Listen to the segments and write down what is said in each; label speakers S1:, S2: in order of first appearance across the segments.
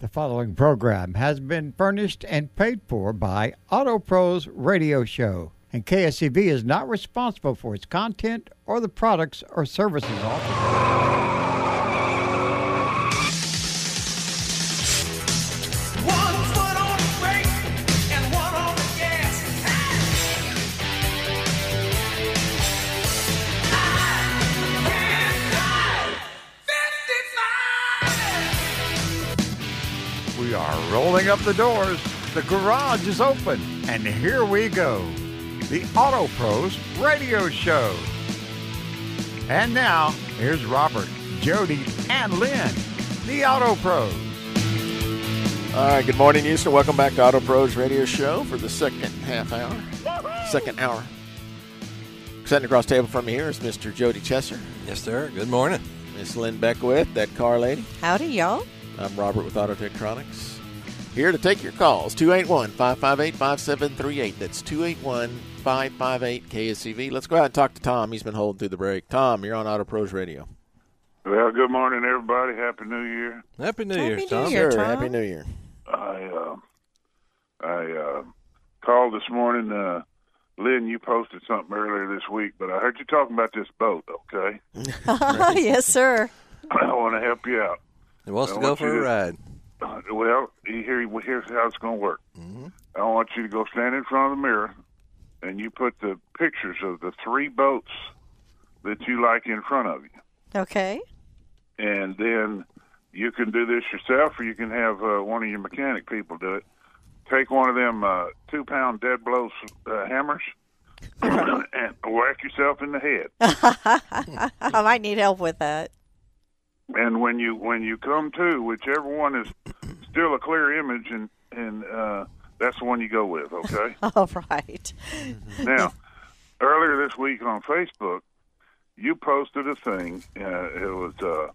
S1: The following program has been furnished and paid for by AutoPro's radio show, and KSCV is not responsible for its content or the products or services offered.
S2: One foot on the brake and one on the gas. I can't drive 55.
S1: We are rolling up the doors, the garage is open, and here we go. The AutoPro's radio show. And now, here's Robert, Jody, and Lynn, the AutoPros.
S3: All right, good morning, Houston. Welcome back to Auto Pros Radio Show for the second half hour. Second hour. Sitting across the table from me here is Mr. Jody Chesser,
S4: Yes, sir. Good morning.
S3: Miss Lynn Beckwith, that car lady.
S5: Howdy, y'all.
S3: I'm Robert with Auto Tektronix. Here to take your calls 281 558 5738. That's 281 558 KSCV. Let's go out and talk to Tom. He's been holding through the break. Tom, you're on Auto Pros Radio.
S6: Well, good morning, everybody. Happy New Year.
S4: Happy New
S5: Happy
S4: Year,
S5: New
S4: Tom.
S5: Year.
S3: sure.
S5: Tom.
S3: Happy New Year.
S6: I uh, I uh, called this morning. Uh, Lynn, you posted something earlier this week, but I heard you talking about this boat. Okay,
S5: yes, sir.
S6: I want to help you out.
S4: Who wants to
S6: I
S4: go
S6: want
S4: for a
S6: you to-
S4: ride?
S6: Uh, Well, you hear, well, here's how it's going to work.
S4: Mm-hmm.
S6: I want you to go stand in front of the mirror, and you put the pictures of the three boats that you like in front of you.
S5: Okay.
S6: and then you can do this yourself, or you can have uh, one of your mechanic people do it. Take one of them uh, two-pound dead blow uh, hammers and whack yourself in the head.
S5: I might need help with that.
S6: and when you when you come to, whichever one is still a clear image, and and uh, that's the one you go with. Okay.
S5: All right.
S6: Now, earlier this week on Facebook, you posted a thing. Uh, it was uh,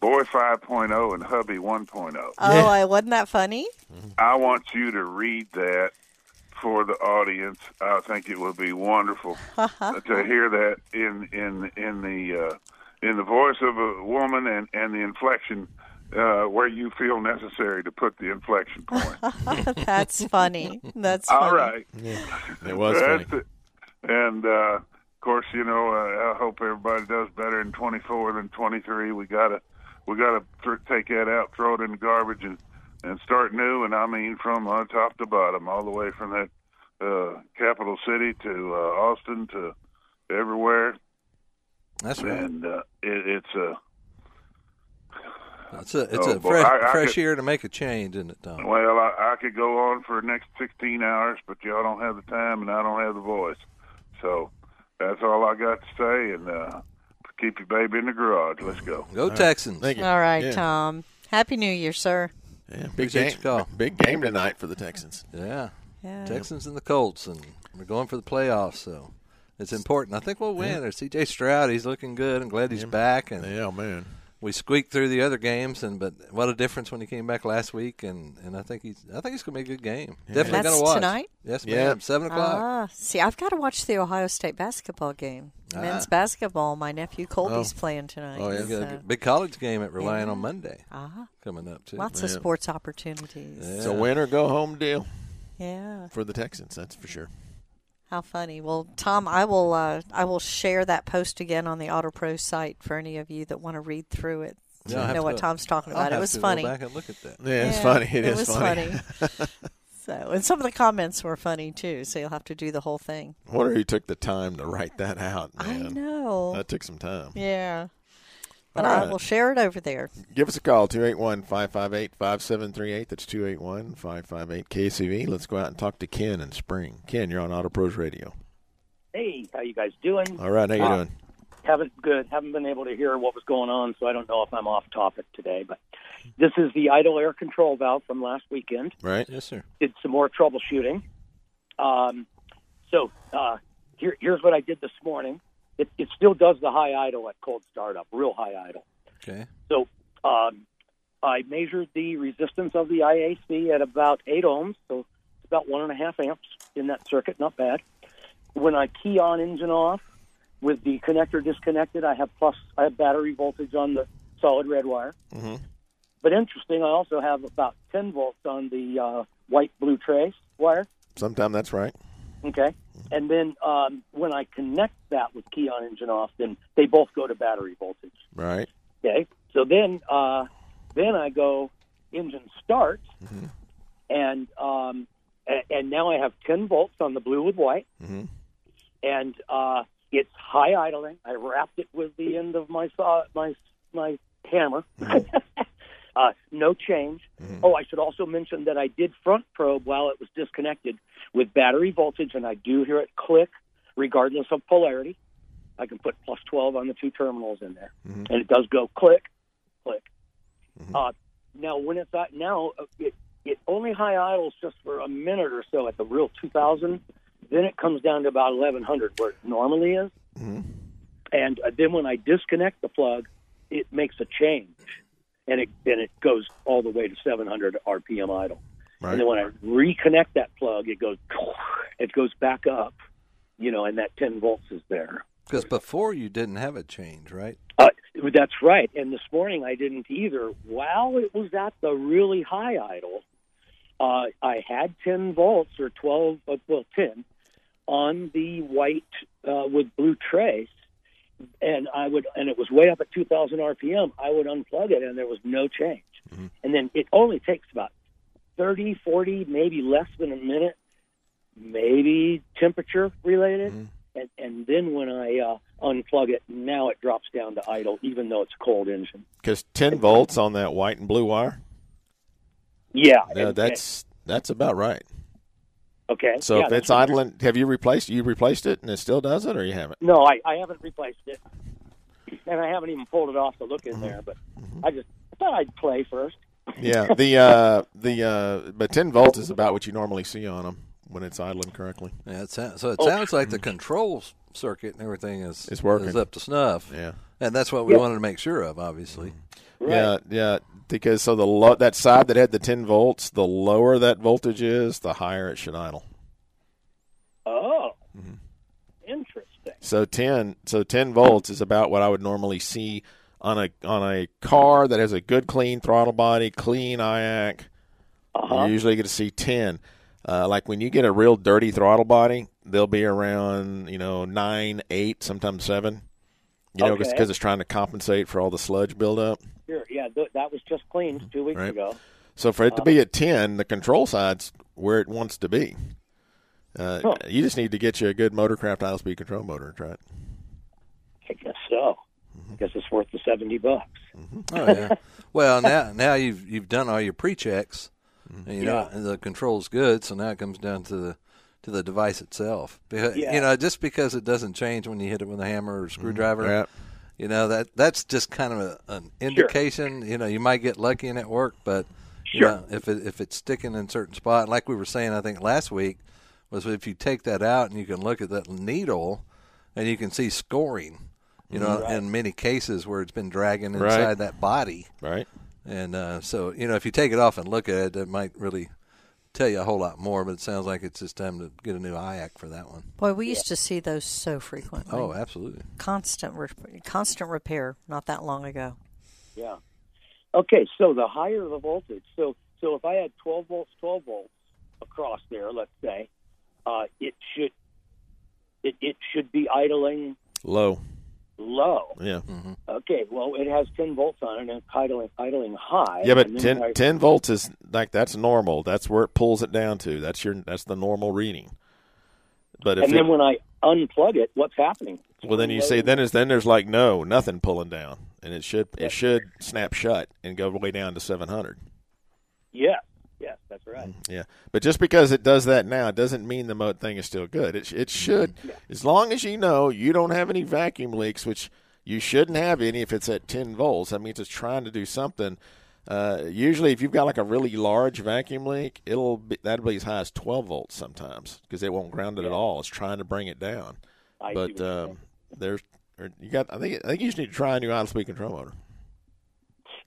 S6: boy 5.0 and hubby 1.0.
S5: Oh, I wasn't that funny?
S6: I want you to read that for the audience. I think it would be wonderful to hear that in in in the uh, in the voice of a woman and and the inflection uh, where you feel necessary to put the inflection point.
S5: That's funny. That's funny.
S6: All right,
S3: It was funny.
S6: That's it. And uh, of course, you know, uh, I hope everybody does better in 24 than 23. We gotta we gotta th- take that out, throw it in the garbage, and and start new. And I mean from uh, top to bottom, all the way from that uh, capital city to uh, Austin to everywhere.
S4: That's
S5: Mm.
S4: right.
S6: And uh, it, it's a
S4: It's a it's
S6: Oh,
S4: a
S6: boy.
S4: fresh
S6: I- I
S4: fresh
S6: could-
S4: year to make a change, isn't it, Tom?
S6: well, I, I could go on for the next 16 hours, but y'all don't have the time, and I don't have the voice. So that's all I got to say. And uh, keep your baby in the garage. Let's go.
S4: Go Texans.
S3: Thank you.
S5: All right,
S3: Yeah.
S5: Tom. Happy New Year, sir.
S3: Yeah, big,
S4: Appreciate
S3: game,
S4: your call.
S3: big game tonight for the Texans.
S4: Yeah.
S5: Yeah.
S4: Texans and the Colts, and we're going for the playoffs, so it's important. I think we'll win. There's C.J. Stroud. He's looking good. I'm glad he's back, and
S3: Yeah, man.
S4: we squeaked through the other games. And but what a difference when he came back last week, and, and I think he's I think it's gonna be a good game. Definitely
S5: That's
S4: gonna watch
S5: tonight?
S4: Yes,
S3: Yeah.
S4: ma'am. Seven o'clock.
S5: Ah, see, I've got to watch the Ohio State basketball game. Men's
S4: Ah.
S5: basketball. My nephew Colby's playing tonight.
S3: Oh, yeah.
S4: We got a
S5: so-
S4: big college game at Reliant on Monday
S5: Ah,
S4: coming up too.
S5: lots of
S3: Yeah.
S5: sports opportunities.
S4: Yeah.
S3: It's a win or go home deal
S5: yeah.
S3: for the Texans, that's for sure.
S5: How funny! Well, Tom, I will uh, I will share that post again on the Auto Pro site for any of you that want to read through it.
S4: Yeah,
S5: to
S4: I'll have
S5: know what
S4: to-
S5: Tom's talking
S4: I'll
S5: about. It
S4: have
S5: was
S4: to
S5: funny.
S4: Go back and look at that.
S3: Yeah, it's
S5: Yeah,
S3: funny. It
S5: it
S3: is
S5: was
S3: funny.
S5: funny. so, and some of the comments were funny too. So you'll have to do the whole thing.
S3: I wonder who took the time to write that out, man.
S5: I know.
S3: That took some time.
S5: yeah, but
S3: All
S5: I
S3: right.
S5: will share it over there.
S3: Give us a call, 281 558 5738. That's 281 558 KCV. Let's go out and talk to Ken in Spring. Ken, you're on Auto Pros Radio.
S7: Hey, how you guys doing?
S3: All right, how you
S7: Ah.
S3: doing?
S7: Haven't good. Haven't been able to hear what was going on, so I don't know if I'm off topic today. But this is the idle air control valve from last weekend.
S3: Right?
S4: Yes, sir.
S7: Did some more troubleshooting. Um, so uh, here, here's what I did this morning. It, it still does the high idle at cold startup, real high idle.
S4: Okay.
S7: So um, I measured the resistance of the IAC at about eight ohms, so it's about one and a half amps in that circuit, not bad. When I key on engine off with the
S3: Mm-hmm.
S7: connector disconnected, I have plus I have battery voltage on the solid red wire. But interesting, I also have about 10 volts on the uh, white blue trace wire.
S3: Sometime that's right.
S7: Okay. And then um, when I connect that with key on engine off, then they both go to battery voltage.
S3: Right.
S7: Okay. So then, uh, then I go engine start, and um, and, and now I have 10 volts on the blue with white,
S3: Mhm.
S7: and uh, it's high idling. I wrapped it with the end of my saw, my my hammer. uh, no change. Oh, I should also mention that I did front probe while it was disconnected with battery voltage, and I do hear it click regardless of polarity. I can put plus 12 on the two terminals in there, and it does go click, click. Uh, now, when it's at, now uh, it it only high idles just for a minute or so at the real 2,000. Then it comes down to about 1,100 where it normally is, and uh, then when I disconnect the plug, it makes a change, and it and it goes all the way to 700 RPM idle.
S3: Right.
S7: And then when I reconnect that plug, it goes it goes back up, you know, and that 10 volts is there.
S4: Because before you didn't have a change, right?
S7: Uh, that's right. And this morning I didn't either. While it was at the really high idle, uh, I had 10 volts or 12, uh, well, 10 on the white uh, with blue trace. And I would, and it was way up at 2,000 RPM. I would unplug it, and there was no change. And then it only takes about 30, 40, maybe less than a minute, maybe temperature related. And, and then when I uh, unplug it, now it drops down to idle, even though it's a cold engine.
S3: Because 10 volts on that white and blue wire.
S7: Yeah.
S3: Yeah,
S7: and-
S3: that's that's about right.
S7: okay.
S3: So
S7: Yeah,
S3: if
S7: that's
S3: it's
S7: what-
S3: idling, have you replaced you replaced it and it still does it, or you haven't?
S7: No, I, I haven't replaced it, and I haven't even pulled it off to look in there. But I just I thought I'd play first.
S3: Mm-hmm. Yeah. The uh, the uh, but 10 volts is about what you normally see on them when it's idling correctly.
S4: Yeah, it sounds, so it sounds like the control s- circuit and everything is
S3: Oh, mm. It's working.
S4: is up to snuff.
S3: Yeah. Mm-hmm.
S4: and that's what we wanted to make sure of, obviously.
S3: Yeah, yeah. Because so the lo- that side that had the 10 volts, the lower that voltage is, the higher it should idle.
S7: Oh,
S3: Mm-hmm.
S7: interesting.
S3: So 10 so 10 volts is about what I would normally see on a on a car that has a good clean throttle body, clean IAC.
S7: Uh-huh.
S3: You usually get to see 10. Uh, like when you get a real dirty throttle body, they'll be around, you know, 9, 8, sometimes 7. You know, because
S7: Okay.
S3: it's trying to compensate for all the sludge buildup.
S7: Here, yeah, th- that was just cleaned two weeks
S3: Mm-hmm. Right.
S7: ago.
S3: So for it to
S7: Uh-huh.
S3: be at 10, the control side's where it wants to be. Uh,
S7: Huh.
S3: You just need to get you a good Motorcraft idle speed control motor and try it.
S7: I guess so.
S3: Mm-hmm.
S7: I guess it's worth the seventy bucks.
S4: Oh yeah. well, now now you've you've done all your pre checks. You know and the control's good, so now it comes down to the to the device itself. Because,
S7: Yeah.
S4: You know, just because it doesn't change when you hit it with a hammer or screwdriver,
S3: Yeah.
S4: you know that that's just kind of a, an indication. You know, you might get lucky and it worked, but you
S7: Sure.
S4: know, if it if it's sticking in a certain spot, like we were saying, I think last week was if you take that out and you can look at that needle, and you can see scoring. You know, in many cases where it's been dragging
S3: Right.
S4: inside that body.
S3: Right?
S4: And uh, so, you know, if you take it off and look at it, it might really tell you a whole lot more. But it sounds like it's just time to get a new IAC for that one.
S5: Boy, we used to see those so frequently.
S4: Oh, absolutely.
S5: constant, re- constant repair. Not that long ago.
S7: Yeah. Okay, so the higher the voltage, so so if I had 12 volts, 12 volts across there, let's say, uh, it should it, it should be idling
S3: Low.
S7: low.
S3: Yeah.
S7: Okay, well it has 10 volts on it and it's idling idling high.
S3: Yeah, but
S7: And then
S3: 10,
S7: I-
S3: 10 volts is like that's normal. That's where it pulls it down to. That's your that's the normal reading. But if
S7: and then
S3: it-
S7: when I unplug it, what's happening?
S3: well, then you see then is then there's like no nothing pulling down, and it should it should snap shut and go way down to seven hundred.
S7: Yeah. Yes, that's right.
S3: Yeah, but just because it does that now doesn't mean the mode thing is still good. It sh-
S7: Mm-hmm.
S3: it should, as long as you know you don't have any vacuum leaks, which you shouldn't have any if it's at ten volts. That means it's trying to do something. Uh, usually, if you've got like a really large vacuum leak, it'll be, that'll be as high as twelve volts sometimes because it won't ground it at all. It's trying to bring it down.
S7: I see what
S3: but
S7: you're
S3: um, there's or you got. I think I think you just need to try a new idle speed control motor.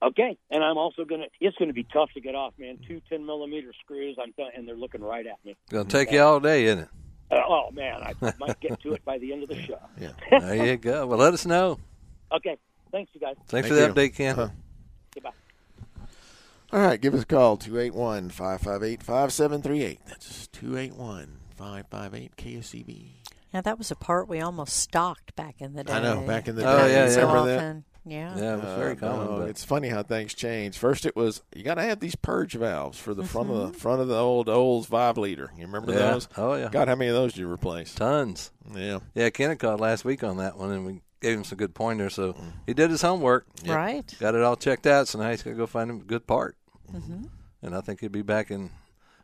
S7: Okay, and I'm also gonna. It's gonna be tough to get off, man. Two 10 millimeter screws. I'm telling, and they're looking right at me.
S4: Gonna
S3: Mm-hmm.
S4: take you all day, isn't it?
S7: Uh, oh man, I might get to it by the end of the show.
S4: There you go. Well, let us know.
S7: Okay, thanks you guys.
S4: Thanks
S3: Thank
S4: for the
S3: you.
S4: update, Ken.
S3: Uh-huh.
S7: Goodbye.
S3: All right, give us a call 281 558 5738. That's 281 558 KSCB.
S5: Now that was a part we almost stocked back in the day.
S3: I know, back in the
S4: Oh,
S3: day.
S4: yeah,
S5: so
S4: yeah.
S3: Remember that?
S5: often. Yeah.
S4: Yeah, it was very
S3: Uh,
S4: common.
S3: no,
S4: but
S3: It's funny how things change. First, it was you got to have these purge valves for
S5: Mm-hmm.
S3: the front of the front of the old old five liter. You remember
S4: Yeah.
S3: those?
S4: Oh, yeah.
S3: God, how many of those did you replace?
S4: tons.
S3: Yeah.
S4: Yeah, Kenneth called last week on that one, and we gave him some good pointers. So
S3: Mm.
S4: he did his homework,
S5: Right.
S4: got it all checked out. So now he's gonna go find him a good part,
S5: Mm-hmm.
S4: and I think he'll be back in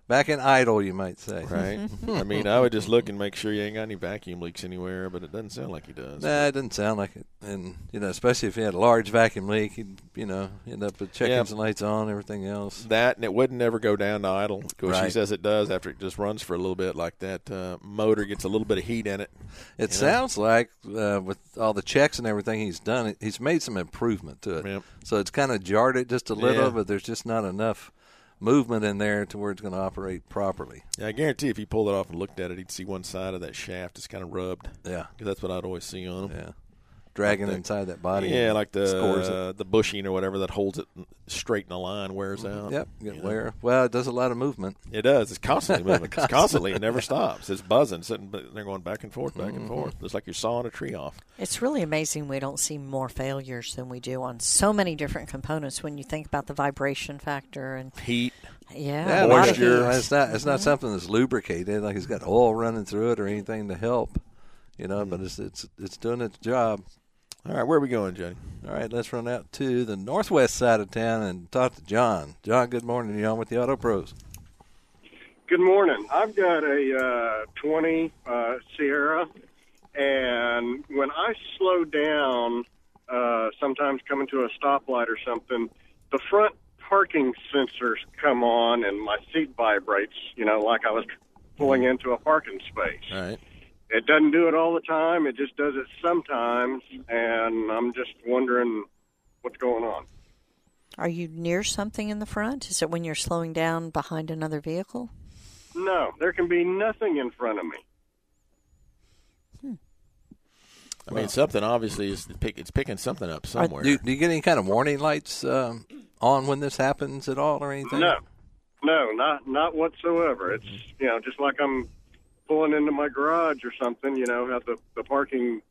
S4: back in idle, you might say.
S3: Right. I mean, I would just look and make sure you ain't got any vacuum leaks anywhere, but it doesn't sound like he does.
S4: Nah, it doesn't sound like it. And you know, especially if he had a large vacuum leak, he'd you know end up with check
S3: Yeah.
S4: engine lights on, everything else.
S3: That and it wouldn't ever go down to idle because she
S4: Right.
S3: says it does after it just runs for a little bit like that uh, motor gets a little bit of heat in it.
S4: It sounds like uh, with all the checks and everything he's done, it- he's made some improvement to it.
S3: Yep.
S4: So it's kind of jarred it just a little,
S3: Yeah.
S4: but there's just not enough movement in there to where it's going to operate properly.
S3: Yeah, I guarantee if he pulled it off and looked at it, he'd see one side of that shaft is kind of rubbed.
S4: Yeah,
S3: 'Cause that's what I'd always see on him.
S4: yeah. Dragging inside that body.
S3: Yeah, like the
S4: scores it. Mm-hmm.
S3: uh, the bushing or whatever that holds it straight in a line wears out.
S4: Yep. Get
S3: You know?
S4: wear. Well, it does a lot of movement.
S3: It does. It's constantly moving. It's constantly. It never stops. It's buzzing. Sitting, but they're going back and forth, back
S4: Mm-hmm.
S3: and forth. It's like you're sawing a tree off.
S5: It's really amazing we don't see more failures than we do on so many different components when you think about the vibration factor and
S3: Heat.
S5: yeah, a
S4: Yeah,
S5: lot of
S4: it's-
S3: moisture.
S5: heat.
S4: It's not. It's not something that's lubricated. Like it's got oil running through it or anything to help. You know, but it's it's it's doing its job.
S3: All right, where are we going, Johnny?
S4: All right, let's run out to the northwest side of town and talk to John. John, good morning. You're on with the Auto Pros.
S8: Good morning. I've got a uh, 20 uh, Sierra, and when I slow down, uh, sometimes coming to a stoplight or something, the front parking sensors come on and my seat vibrates, you know, like I was pulling into a parking space.
S3: All right.
S8: It doesn't do it all the time, it just does it sometimes, and I'm just wondering what's going on.
S5: Are you near something in the front? Is it when you're slowing down behind another vehicle?
S8: No, there can be nothing in front of me.
S3: I mean, something obviously is pick, it's picking something up somewhere.
S4: Do, do you get any kind of warning lights um, on when this happens at all or anything?
S8: No, no, not not whatsoever. It's
S3: Mm-hmm.
S8: you know just like I'm pulling into my garage or something. You know how the the parking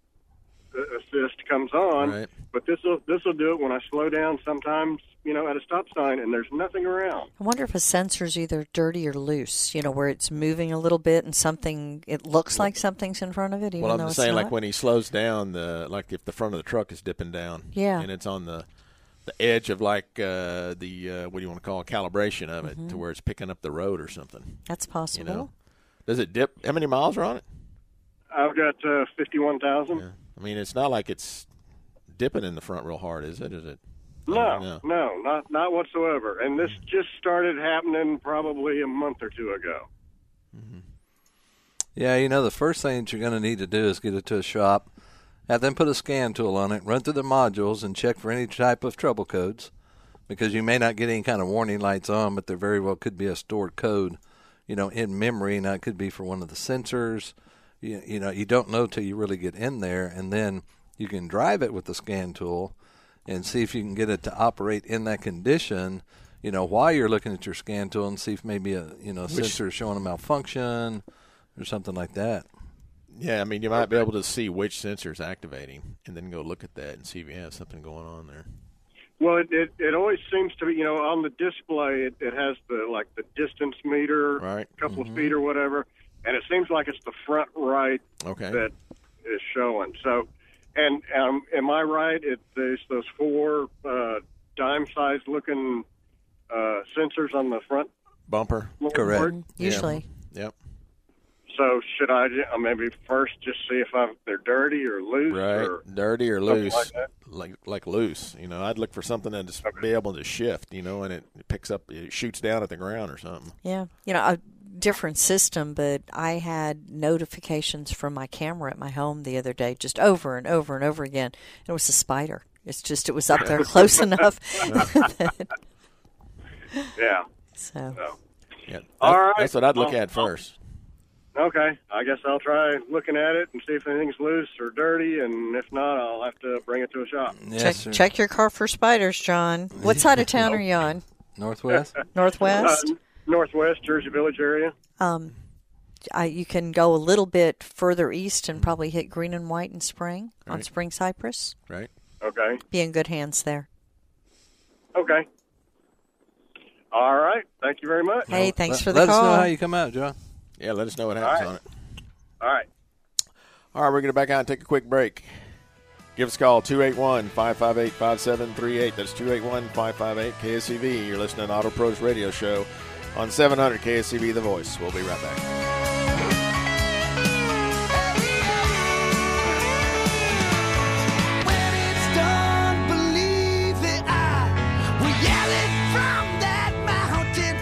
S8: uh, assist comes on,
S3: Right.
S8: but this will this will do it when I slow down. Sometimes you know at a stop sign and there's nothing around.
S5: I wonder if a sensor's either dirty or loose, you know, where it's moving a little bit and something it looks like something's in front of it even
S3: well, I'm
S5: though
S3: just
S5: it's
S3: saying,
S5: not.
S3: like when he slows down, the like if the front of the truck is dipping down,
S5: Yeah.
S3: and it's on the the edge of like uh, the uh, what do you want to call it, calibration of it
S5: Mm-hmm.
S3: to where it's picking up the road or something.
S5: That's
S3: You
S5: possible.
S3: know, does it dip? How many miles are on it?
S8: I've got uh, fifty one thousand.
S3: I mean, it's not like it's dipping in the front real hard, is it? Is it?
S8: No,
S3: No.
S8: no, not not whatsoever. And this
S3: Mm.
S8: just started happening probably a month or two ago.
S4: Yeah, you know, the first thing that you're going to need to do is get it to a shop, have them put a scan tool on it, run through the modules, and check for any type of trouble codes because you may not get any kind of warning lights on, but there very well could be a stored code, you know, in memory. Now, it could be for one of the sensors. You, you know, you don't know till you really get in there, and then you can drive it with the scan tool and see if you can get it to operate in that condition. You know, while you're looking at your scan tool and see if maybe a you know sensor is showing a malfunction or something like that.
S3: Yeah, I mean, you might be able to see which sensor is activating, and then go look at that and see if you have something going on there.
S8: Well, it, it, it always seems to be, you know, on the display, it, it has the like the distance meter,
S3: Right.
S8: a couple of feet or whatever, and it seems like it's the front right
S3: Okay.
S8: that is showing. So, and um, am I right? It, there's those four uh, dime-sized looking uh, sensors on the front.
S3: Bumper.
S8: floorboard.
S4: Correct.
S5: Usually.
S3: Yep.
S8: So should I ju- uh, maybe first just see if I'm, they're dirty or loose?
S3: Right.
S8: Or,
S3: Dirty or
S8: something
S3: loose.
S8: like that.
S3: Like like loose. You know, I'd look for something that just be able to shift. You know, and it picks up, it shoots down at the ground or something.
S5: Yeah. You know, a different system, but I had notifications from my camera at my home the other day, just over and over and over again. It was a spider. It's just, it was up there close enough.
S8: yeah.
S5: so,
S3: Yeah. That-
S8: All right.
S3: That's what I'd look
S8: I'll-
S3: at first.
S8: Okay. I guess I'll try looking at it and see if anything's loose or dirty, and if not, I'll have to bring it to a shop.
S4: Yes,
S5: check,
S4: sir.
S5: check your car for spiders, John. What side of town are you on?
S4: Northwest.
S5: Northwest.
S8: Uh, northwest Jersey Village area.
S5: Um, I, you can go a little bit further east and probably hit green and white in spring on
S3: Right.
S5: Spring Cypress.
S3: right?
S8: Okay.
S5: Be in good hands there.
S8: Okay. All right. Thank you very much.
S5: Hey, thanks
S4: Let-
S5: for the
S4: Let
S5: call.
S4: us know how you come out, John.
S3: Yeah, let us know what happens
S8: right.
S3: on it.
S8: All right.
S3: All right, we're going to back out and take a quick break. Give us a call, 281 558 5738. That's 281 558 KSCV. E You're listening to Auto Pros Radio Show on 700 KSCV E The Voice. We'll be right back.
S2: When it's done, believe that I will yell it from that mountain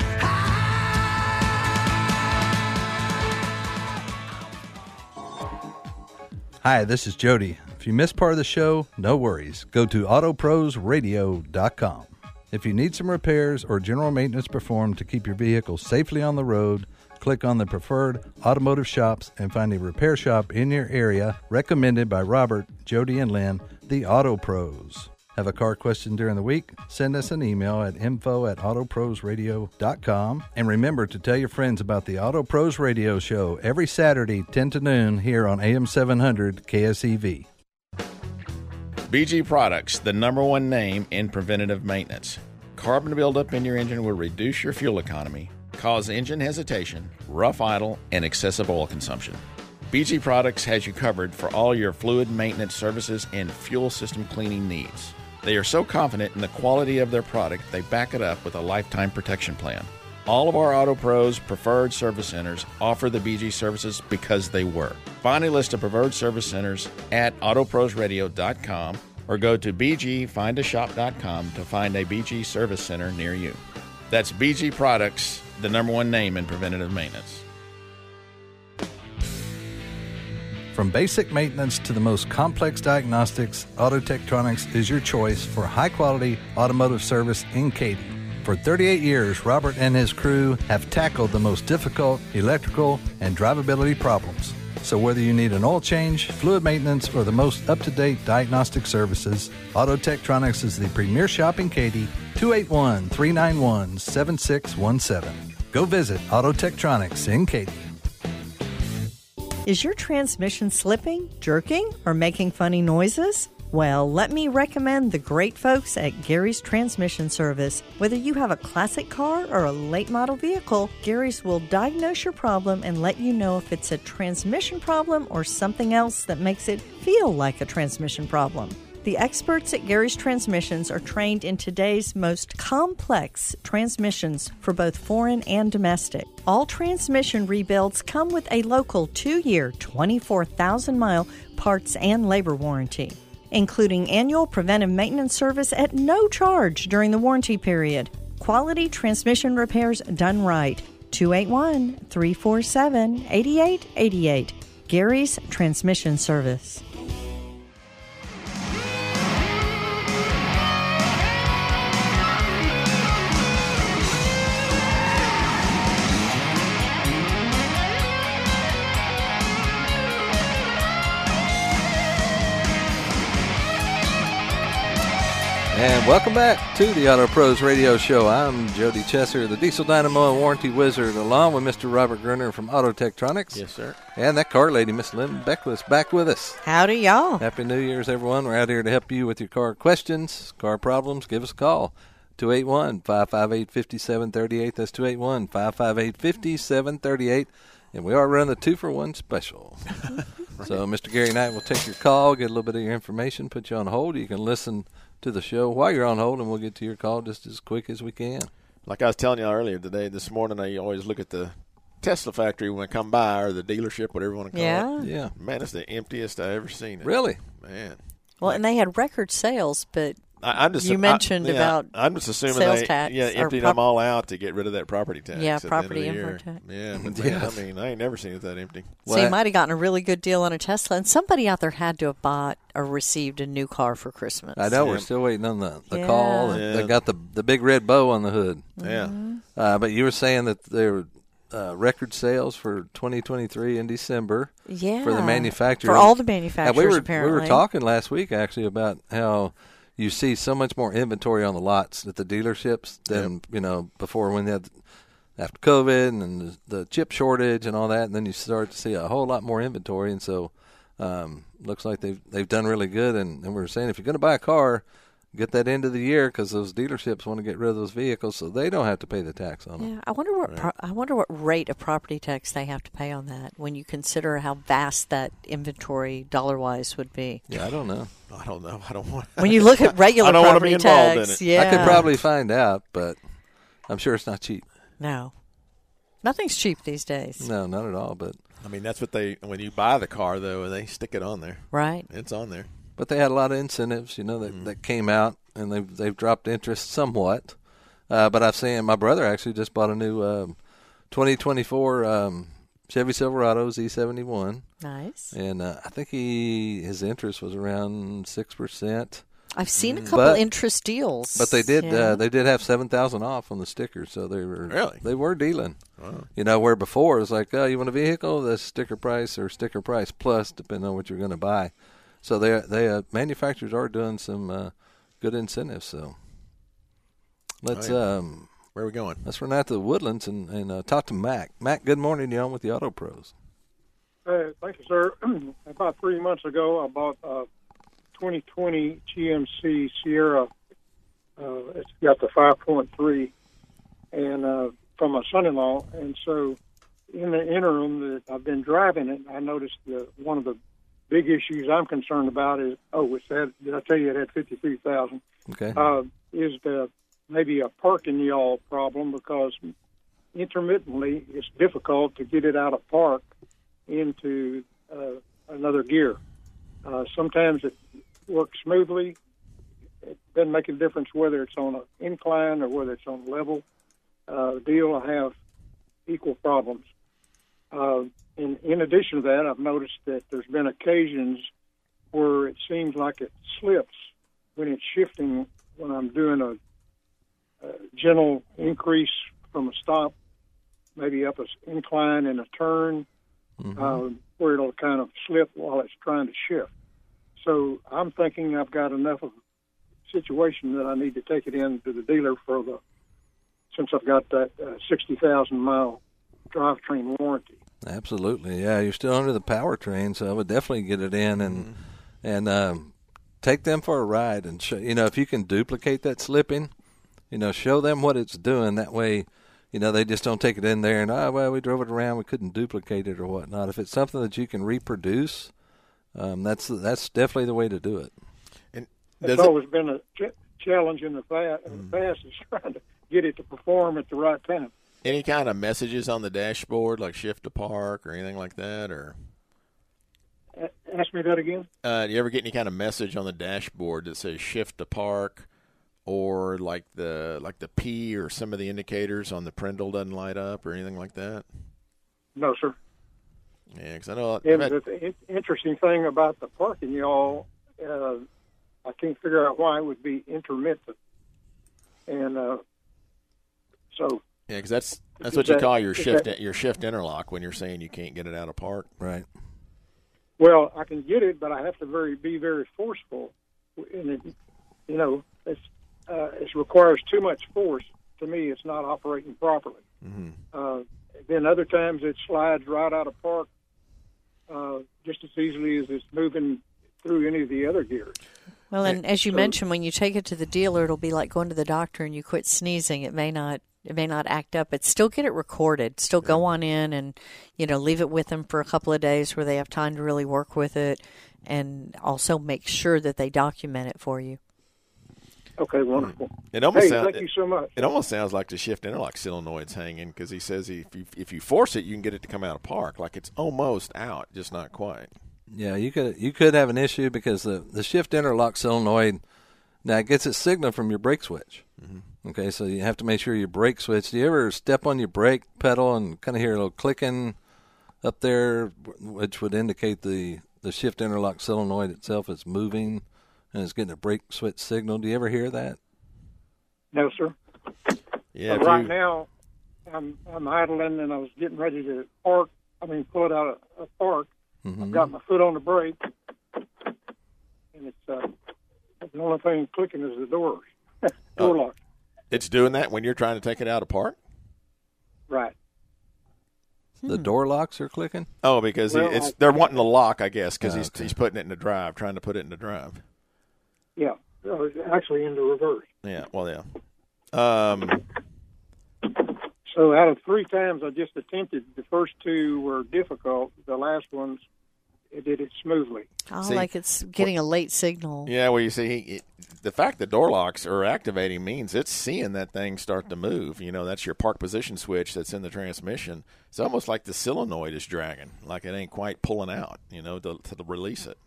S4: Hi, this is Jody. If you missed part of the show, no worries. Go to autoprosradio.com. If you need some repairs or general maintenance performed to keep your vehicle safely on the road, click on the preferred automotive shops and find a repair shop in your area recommended by Robert, Jody, and Lynn, the Auto Pros. Have a car question during the week? Send us an email at info at autoprosradio.com. And remember to tell your friends about the Auto Pros Radio Show every Saturday, 10 to noon, here on AM 700 KSEV.
S3: BG Products, the number one name in preventative maintenance. Carbon buildup in your engine will reduce your fuel economy, cause engine hesitation, rough idle, and excessive oil consumption. BG Products has you covered for all your fluid maintenance services and fuel system cleaning needs. They are so confident in the quality of their product, they back it up with a lifetime protection plan. All of our Auto Pros preferred service centers offer the BG services because they work. Find a list of preferred service centers at autoprosradio.com or go to bgfindashop.com to find a BG service center near you. That's BG Products, the number one name in preventative maintenance.
S4: From basic maintenance to the most complex diagnostics, Autotechtronics is your choice for high quality automotive service in Katy. For 38 years, Robert and his crew have tackled the most difficult electrical and drivability problems. So, whether you need an oil change, fluid maintenance, or the most up to date diagnostic services, Autotechtronics is the premier shop in Katy, 281 391 7617. Go visit Autotechtronics in Katy.
S9: Is your transmission slipping, jerking, or making funny noises? Well, let me recommend the great folks at Gary's Transmission Service. Whether you have a classic car or a late model vehicle, Gary's will diagnose your problem and let you know if it's a transmission problem or something else that makes it feel like a transmission problem. The experts at Gary's Transmissions are trained in today's most complex transmissions for both foreign and domestic. All transmission rebuilds come with a local two year, 24,000 mile parts and labor warranty, including annual preventive maintenance service at no charge during the warranty period. Quality transmission repairs done right. 281 347 8888. Gary's Transmission Service.
S4: And welcome back to the Auto Pros Radio Show. I'm Jody Chesser, the Diesel Dynamo and Warranty Wizard, along with Mr. Robert Gruner from Auto Tektronix.
S3: sir.
S4: And that car lady, Miss Lynn Beckwith's back with us.
S5: Howdy, y'all.
S4: Happy New Year's, everyone. We're out here to help you with your car questions, car problems. Give us a call. 281 558 5738. That's 281 558 5738. And we are running a two for one special. So, Mr. Gary Knight will take your call, get a little bit of your information, put you on hold. You can listen to the show while you're on hold, and we'll get to your call just as quick as we can.
S3: Like I was telling you earlier today, this morning, I always look at the Tesla factory when I come by or the dealership, whatever you want to call
S5: Yeah.
S3: it.
S4: Yeah.
S3: Man, it's the emptiest I ever seen it.
S4: Really?
S3: Man.
S5: Well, and they had record sales, but
S3: I, I'm just
S5: You
S3: I-
S5: mentioned
S3: yeah,
S5: about
S3: I'm just assuming
S5: sales
S3: they
S5: tax
S3: yeah
S5: or
S3: emptied
S5: prop-
S3: them all out to get rid of that property tax.
S5: Yeah,
S3: at the end of
S5: property
S3: the
S5: import
S3: year.
S5: tax.
S3: Yeah, but man,
S4: Yes.
S3: I mean, I ain't never seen it that empty.
S5: so you
S4: Well,
S5: might have gotten a really good deal on a Tesla. And somebody out there had to have bought or received a new car for Christmas.
S4: I know we're
S3: Yeah.
S4: still waiting on the, the
S5: Yeah.
S4: call. and
S3: Yeah.
S4: They got the, the big red bow on the hood.
S3: Yeah,
S5: Mm-hmm.
S4: Uh, but you were saying that there were uh, record sales for 2023 in December
S5: Yeah.
S4: for the manufacturer
S5: For all the
S4: And
S5: manufacturers,
S4: we were
S5: apparently.
S4: we were talking last week actually about how you see so much more inventory on the lots at the dealerships than you know before when they had after COVID and the chip shortage and all that, and then you start to see a whole lot more inventory, and so um, looks like they've they've done really good. And, and we were saying if you're going to buy a car, get that end of the year because those dealerships want to get rid of those vehicles so they don't have to pay the tax on them.
S5: Yeah, I wonder what pro- I wonder what rate of property tax they have to pay on that when you consider how vast that inventory dollar wise would be.
S4: Yeah, I don't know.
S3: I don't know. I don't want.
S5: When you look at regular
S3: I don't wanna be
S5: property
S3: involved in
S5: tax,
S3: it.
S5: yeah,
S4: I could probably find out, but I'm sure it's not cheap.
S5: no, nothing's cheap these days,
S4: No, not at all. But
S3: I mean, that's what they when you buy the car though, they stick it on there.
S5: right?
S3: It's on there. Mm-hmm.
S4: but they had a lot of incentives, you know, that, that came out, and they've they've dropped interest somewhat. Uh, but I've seen my brother actually just bought a new um, 2024 um, Chevy Silverado Z71,
S5: Nice.
S4: and uh, I think he his interest was around six percent.
S5: I've seen a
S3: Mm.
S5: couple
S4: Mm. But-
S5: interest deals,
S4: But they did
S5: Yeah.
S4: uh, they did have seven thousand off on the sticker, so they were
S3: Really?
S4: they were dealing. You know, where before it's like, oh, you want a vehicle, the sticker price or sticker price plus, depending on what you're going to buy. So they they uh, manufacturers are doing some uh, good incentives. So let's
S3: Oh,
S4: um,
S3: Where are we going?
S4: let's run out to the woodlands and, and uh, talk to Mac. Mac, good morning. You're on with the Auto Pros.
S10: Hey, Uh, thank you, sir. About three months ago, I bought a 2020 GMC Sierra. Uh, it's got the 5.3, and uh, from my son-in-law. And so, in the interim that I've been driving it, I noticed that one of the big issues I'm concerned about is oh, it's had. Did I tell you it had 53,000?
S4: Okay.
S10: uh, is the maybe a parking y'all problem because intermittently it's difficult to get it out of park into uh, another gear. Uh, sometimes it works smoothly. It doesn't make a difference whether it's on an incline or whether it's on a level uh, deal. I have equal problems. Uh, in, in addition to that, I've noticed that there's been occasions where it seems like it slips when it's shifting when I'm doing a, a gentle increase from a stop, maybe up an incline and a turn,
S3: Mm-hmm.
S10: uh, where it'll kind of slip while it's trying to shift. So I'm thinking I've got enough of a situation that I need to take it in to the dealer for the since I've got that uh, sixty thousand mile drivetrain warranty.
S4: Absolutely, yeah. You're still under the powertrain, so I would definitely get it in and
S3: Mm-hmm.
S4: and um, take them for a ride and show. You know, if you can duplicate that slipping, you know, show them what it's doing. That way, you know, they just don't take it in there and oh well, we drove it around, we couldn't duplicate it or whatnot. If it's something that you can reproduce, um, that's that's definitely the way to do it.
S3: And
S10: It's
S3: does it, Mm.
S10: always been a ch- challenge in the past, in the past is trying to get it to perform at the right time.
S3: any kind of messages on the dashboard like shift to park or anything like that or
S10: A- Ask me that again.
S3: uh, do you ever get any kind of message on the dashboard that says shift to park or like the like the P or some of the indicators on the Prindle doesn't light up or anything like that?
S10: No, sir.
S3: Yeah, because I know I've
S10: And
S3: had-
S10: the th- in- interesting thing about the parking, y'all, uh, I can't figure out why it would be intermittent. And uh, so,
S3: yeah, 'cause that's that's
S10: Is
S3: what you
S10: that-
S3: call your
S10: is
S3: shift
S10: that-
S3: your shift interlock when you're saying you can't get it out of park.
S4: Right.
S10: well, I can get it, but I have to very be very forceful, and it, you know, it's uh, it requires too much force. To me, it's not operating properly. Uh, then other times it slides right out of park uh, just as easily as it's moving through any of the other gears.
S5: Well, and as you mentioned, when you take it to the dealer, it'll be like going to the doctor and you quit sneezing. It may not. It may not act up, but still get it recorded. Still go on in and, you know, leave it with them for a couple of days where they have time to really work with it, and also make sure that they document it for you.
S10: Okay, wonderful.
S3: It almost
S10: hey,
S3: sound-
S10: thank you so much.
S3: It almost sounds like the shift interlock solenoid's hanging because he says if you, if you force it, you can get it to come out of park. Like it's almost out, just not quite.
S4: Yeah, you could you could have an issue because the the shift interlock solenoid now it gets its signal from your brake switch. Okay, so you have to make sure your brake switch. Do you ever step on your brake pedal and kind of hear a little clicking up there, which would indicate the the shift interlock solenoid itself is moving and it's getting a brake switch signal? Do you ever hear that?
S10: No, sir.
S3: Yeah,
S10: But
S3: if
S10: right
S3: you-
S10: now, I'm I'm idling and I was getting ready to park. I mean, pull it out of a
S3: Mm-hmm.
S10: park. I've got my foot on the brake, and it's uh, The only thing clicking is the doors.
S3: Oh.
S10: Door lock.
S3: It's doing that when you're trying to take it out apart.
S10: Right.
S4: The door locks are clicking.
S3: Oh, because he-
S10: Well,
S3: it's
S10: I-
S3: they're wanting to lock, I guess, because
S4: Oh,
S3: he's
S4: okay.
S3: he's putting it in the drive, trying to put it in the drive.
S10: Yeah. Uh, Actually, in the reverse.
S3: Yeah. Well, yeah. Um.
S10: So out of three times I just attempted, the first two were difficult. The last ones, it did it smoothly.
S5: Oh,
S3: See,
S5: like it's getting a late signal.
S3: Yeah. Well, you see, he, it, the fact that door locks are activating means it's seeing that thing start to move. You know, that's your park position switch that's in the transmission. It's almost like the solenoid is dragging, like it ain't quite pulling out. You know, to, to release it.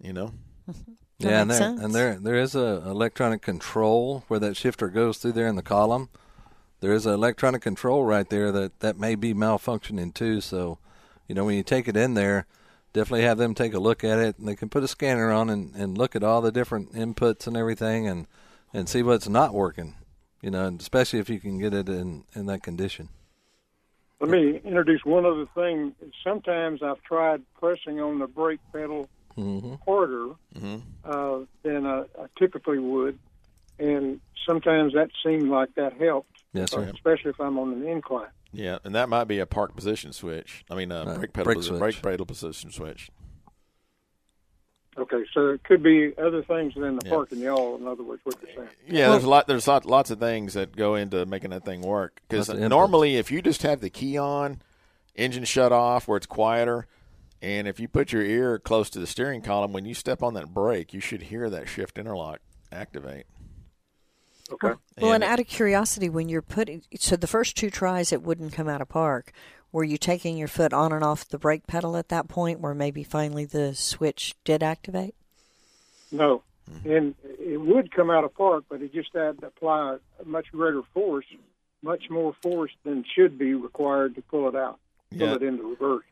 S3: You know.
S5: That
S4: yeah, and
S5: makes
S4: there
S5: sense.
S4: and there there is a electronic control where that shifter goes through there in the column. There is an electronic control right there that that may be malfunctioning too. So, you know, when you take it in there, definitely have them take a look at it, and they can put a scanner on and, and look at all the different inputs and everything, and and see what's not working. You know, and especially if you can get it in in that condition.
S10: Let me introduce one other thing. Sometimes I've tried pressing on the brake pedal harder
S3: Mm-hmm.
S10: uh, than I, I typically would, and sometimes that seemed like that helped,
S4: Yes,
S10: uh,
S4: sir.
S10: especially if I'm on an incline.
S3: Yeah, and that might be a park position switch. I mean, a
S4: Right,
S3: brake pedal
S4: brake
S3: posi-
S4: switch.
S3: brake pedal position switch.
S10: Okay, so it could be other things than the
S3: Yeah.
S10: parking yard, in other words, what you're saying.
S3: Yeah, there's a lot. There's lot, lots of things that go into making that thing work. Because
S4: Lots of inputs.
S3: normally, if you just have the key on, engine shut off, where it's quieter, and if you put your ear close to the steering column when you step on that brake, you should hear that shift interlock activate.
S10: Okay.
S5: Well, and
S3: it-
S5: out of curiosity, when you're putting, so the first two tries it wouldn't come out of park. Were you taking your foot on and off the brake pedal at that point, where maybe finally the switch did activate?
S10: No,
S3: Mm-hmm.
S10: and it would come out of park, but it just had to apply a much greater force, much more force than should be required to pull it out, pull
S3: Yeah.
S10: it into reverse.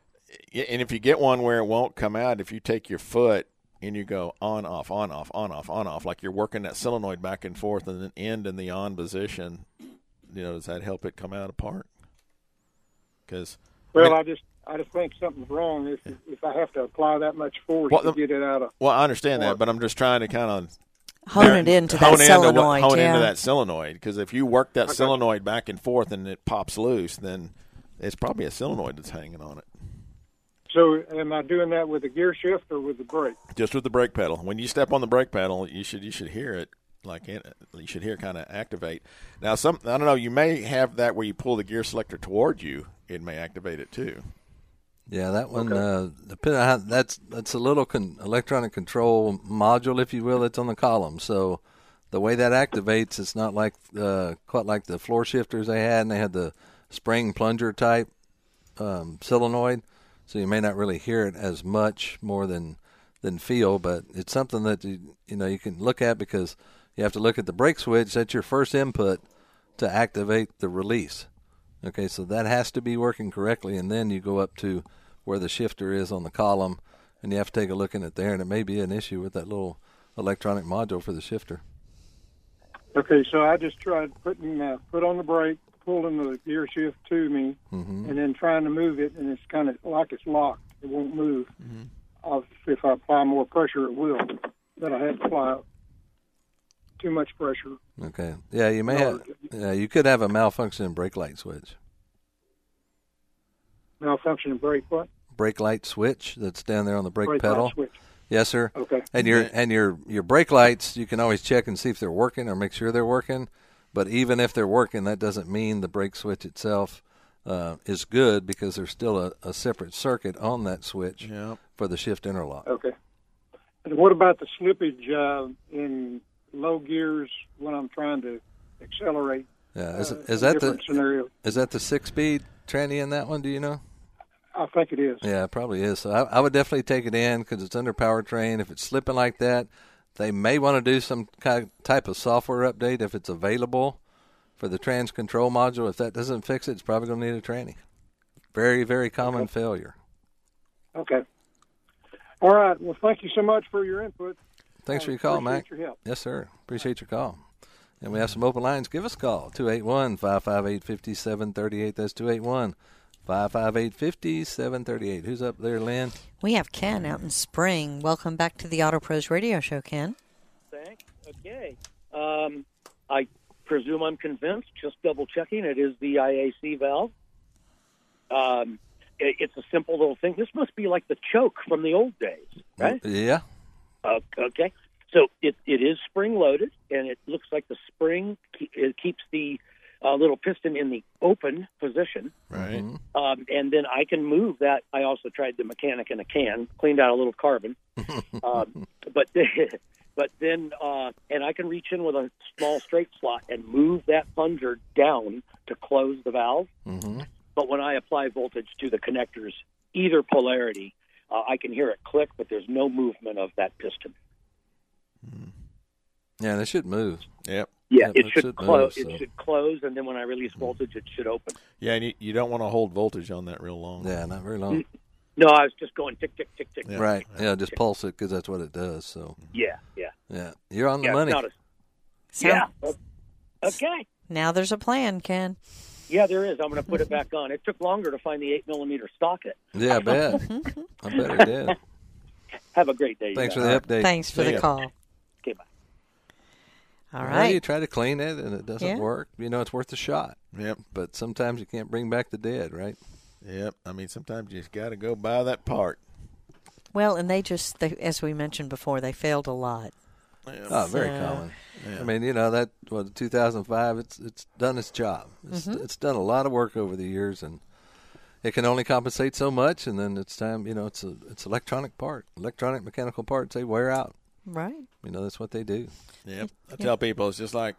S3: Yeah, and if you get one where it won't come out, if you take your foot and you go on off on off on off on off, like you're working that solenoid back and forth and then end in the on position, you know, does that help it come out apart? Because
S10: Well, I just I just think something's wrong if if I have to apply that much force
S3: What
S10: to
S3: the-
S10: get it out of.
S3: well, I understand that, but I'm just trying to kind of
S5: Hone it into
S3: hone
S5: that
S3: into what-
S5: solenoid.
S3: hone
S5: yeah.
S3: into that solenoid. Because if you work that solenoid back and forth and it pops loose, then it's probably a solenoid that's hanging on it.
S10: So, am I doing that with the gear shift or with the brake?
S3: just with the brake pedal. When you step on the brake pedal, you should you should hear it like it, you should hear kind of activate. Now some I don't know, you may have that where you pull the gear selector toward you, it may activate it too.
S4: Yeah, that one. Uh, depend on how, that's that's a little con- electronic control module, if you will, that's on the column. So the way that activates, it's not like uh, quite like the floor shifters they had, and they had the spring plunger type um, solenoid. So you may not really hear it as much more than than feel, but it's something that you you know you can look at because you have to look at the brake switch. That's your first input to activate the release. Okay, so that has to be working correctly, and then you go up to where the shifter is on the column, and you have to take a look in it there, and it may be an issue with that little electronic module for the shifter.
S10: Okay, so I just tried putting my foot on the brake, pulling the gear shift to me,
S4: Mm-hmm.
S10: and then trying to move it, and it's kind of like it's locked. It won't move.
S4: Mm-hmm.
S10: Obviously, If I apply more pressure, it will. But I had to apply too much pressure.
S4: Okay, yeah, you may have, yeah, you could have a malfunctioning brake light switch.
S10: Malfunctioning brake, what?
S4: Brake light switch that's down there on the brake,
S10: Brake light
S4: pedal.
S10: switch.
S4: Yes, sir.
S10: Okay.
S4: And your and your your brake lights, you can always check and see if they're working or make sure they're working. But even if they're working, that doesn't mean the brake switch itself uh, is good because there's still a, a separate circuit on that switch for the shift interlock.
S10: Okay. And what about the slippage uh, in low gears when I'm trying to accelerate?
S4: Yeah, is,
S10: uh,
S4: is
S10: a
S4: that the
S10: different scenario?
S4: is that the six speed tranny in that one? Do you know?
S10: I think it is.
S4: Yeah, it probably is. So I, I would definitely take it in because it's under powertrain. If it's slipping like that, they may want to do some kind type of software update if it's available for the trans control module. If that doesn't fix it, it's probably going to need a tranny. Very, very common failure.
S10: Okay. All right. Well, thank you so much for your input.
S4: Thanks for
S10: I
S4: your call,
S10: appreciate
S4: Mac.
S10: your help.
S4: Yes, sir. Appreciate your call. And we have some open lines. Give us a call, 281 558 5738. That's 281 55850, 738. Who's up there, Lynn?
S5: We have Ken out in Spring. Welcome back to the Auto Pros Radio Show, Ken.
S7: Thanks. Okay. Um, I presume I'm convinced. Just double checking. It is the IAC valve. Um, it, it's a simple little thing. This must be like the choke from the old days, right?
S4: Yeah.
S7: Uh, okay. So it, it is spring loaded, and it looks like the spring ke- it keeps the uh, little piston in the open position.
S3: Right.
S4: mm-hmm.
S7: Um, and then I can move that. I also tried the mechanic in a can, cleaned out a little carbon. um, but but then uh, and I can reach in with a small straight slot and move that plunger down to close the valve.
S4: Mm-hmm.
S7: But when I apply voltage to the connectors, either polarity, uh, I can hear it click, but there's no movement of that piston.
S4: Yeah, they should move.
S3: Yep.
S4: Yeah,
S7: it
S4: that
S7: should
S4: should
S7: close.
S4: move, so. Mm-hmm.
S7: It should close, and then when I release voltage, it should open.
S3: Yeah, and you, you don't want to hold voltage on that real long.
S4: Yeah, not very long.
S7: No, I was just going tick tick tick tick.
S3: Yeah.
S4: Right. Yeah, just pulse it because that's what it does. So,
S7: Yeah, yeah.
S4: yeah. You're on the
S7: yeah,
S4: money.
S7: it's not a-
S5: Sound-
S7: yeah. Okay.
S5: Now there's a plan, Ken.
S7: Yeah, there is. I'm going to put it back on. It took longer to find the eight millimeter socket.
S4: yeah, I bet. I bet it did.
S7: Have a great day. you
S4: Thanks for the
S7: guys.
S4: update.
S5: Thanks for
S3: see
S5: the
S3: ya.
S5: call.
S7: Okay, bye.
S5: All
S4: Well, you
S5: right.
S4: try to clean it and it doesn't
S5: Yeah.
S4: work. You know, it's worth a shot.
S3: Yep.
S4: But sometimes you can't bring back the dead, right?
S3: Yep. I mean, sometimes you just got to go buy that part.
S5: Well, and they just, they, as we mentioned before, they failed a lot.
S4: Oh, very
S5: So-
S4: common. I mean, you know that well, 2005. It's it's done its job. It's,
S5: Mm-hmm.
S4: it's done a lot of work over the years, and it can only compensate so much. And then it's time. You know, it's a it's electronic part, electronic mechanical parts. They wear out.
S5: Right.
S4: You know, that's what they do.
S3: Yep. I tell people it's just like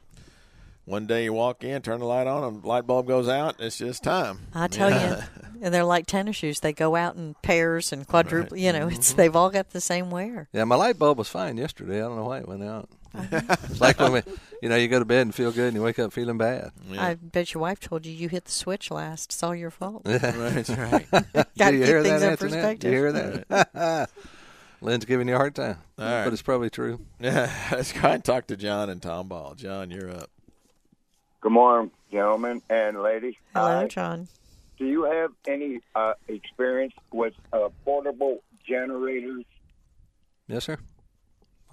S3: one day you walk in, turn the light on, and light bulb goes out. It's just time.
S5: I tell you, and they're like tennis shoes. They go out in pairs and quadruple. You know,
S3: Mm-hmm.
S5: it's they've all got the same wear.
S4: Yeah, my light bulb was fine yesterday. I don't know why it went out.
S5: Uh-huh.
S4: it's like when we, you know, you go to bed and feel good, and you wake up feeling bad.
S5: I bet your wife told you you hit the switch last. It's all your fault.
S3: That's right.
S5: Gotta
S4: do you
S5: keep
S4: hear
S5: things
S4: that,
S5: in
S4: Antoinette? Do
S5: perspective.
S4: you hear that? Lynn's giving you a hard time,
S3: right.
S4: but it's probably true.
S3: Yeah, let's go and talk to John and Tom Ball. John, you're up.
S11: Good morning, gentlemen and ladies.
S5: Hello,
S11: Uh,
S5: John.
S11: do you have any uh, experience with uh, portable generators?
S4: Yes, sir.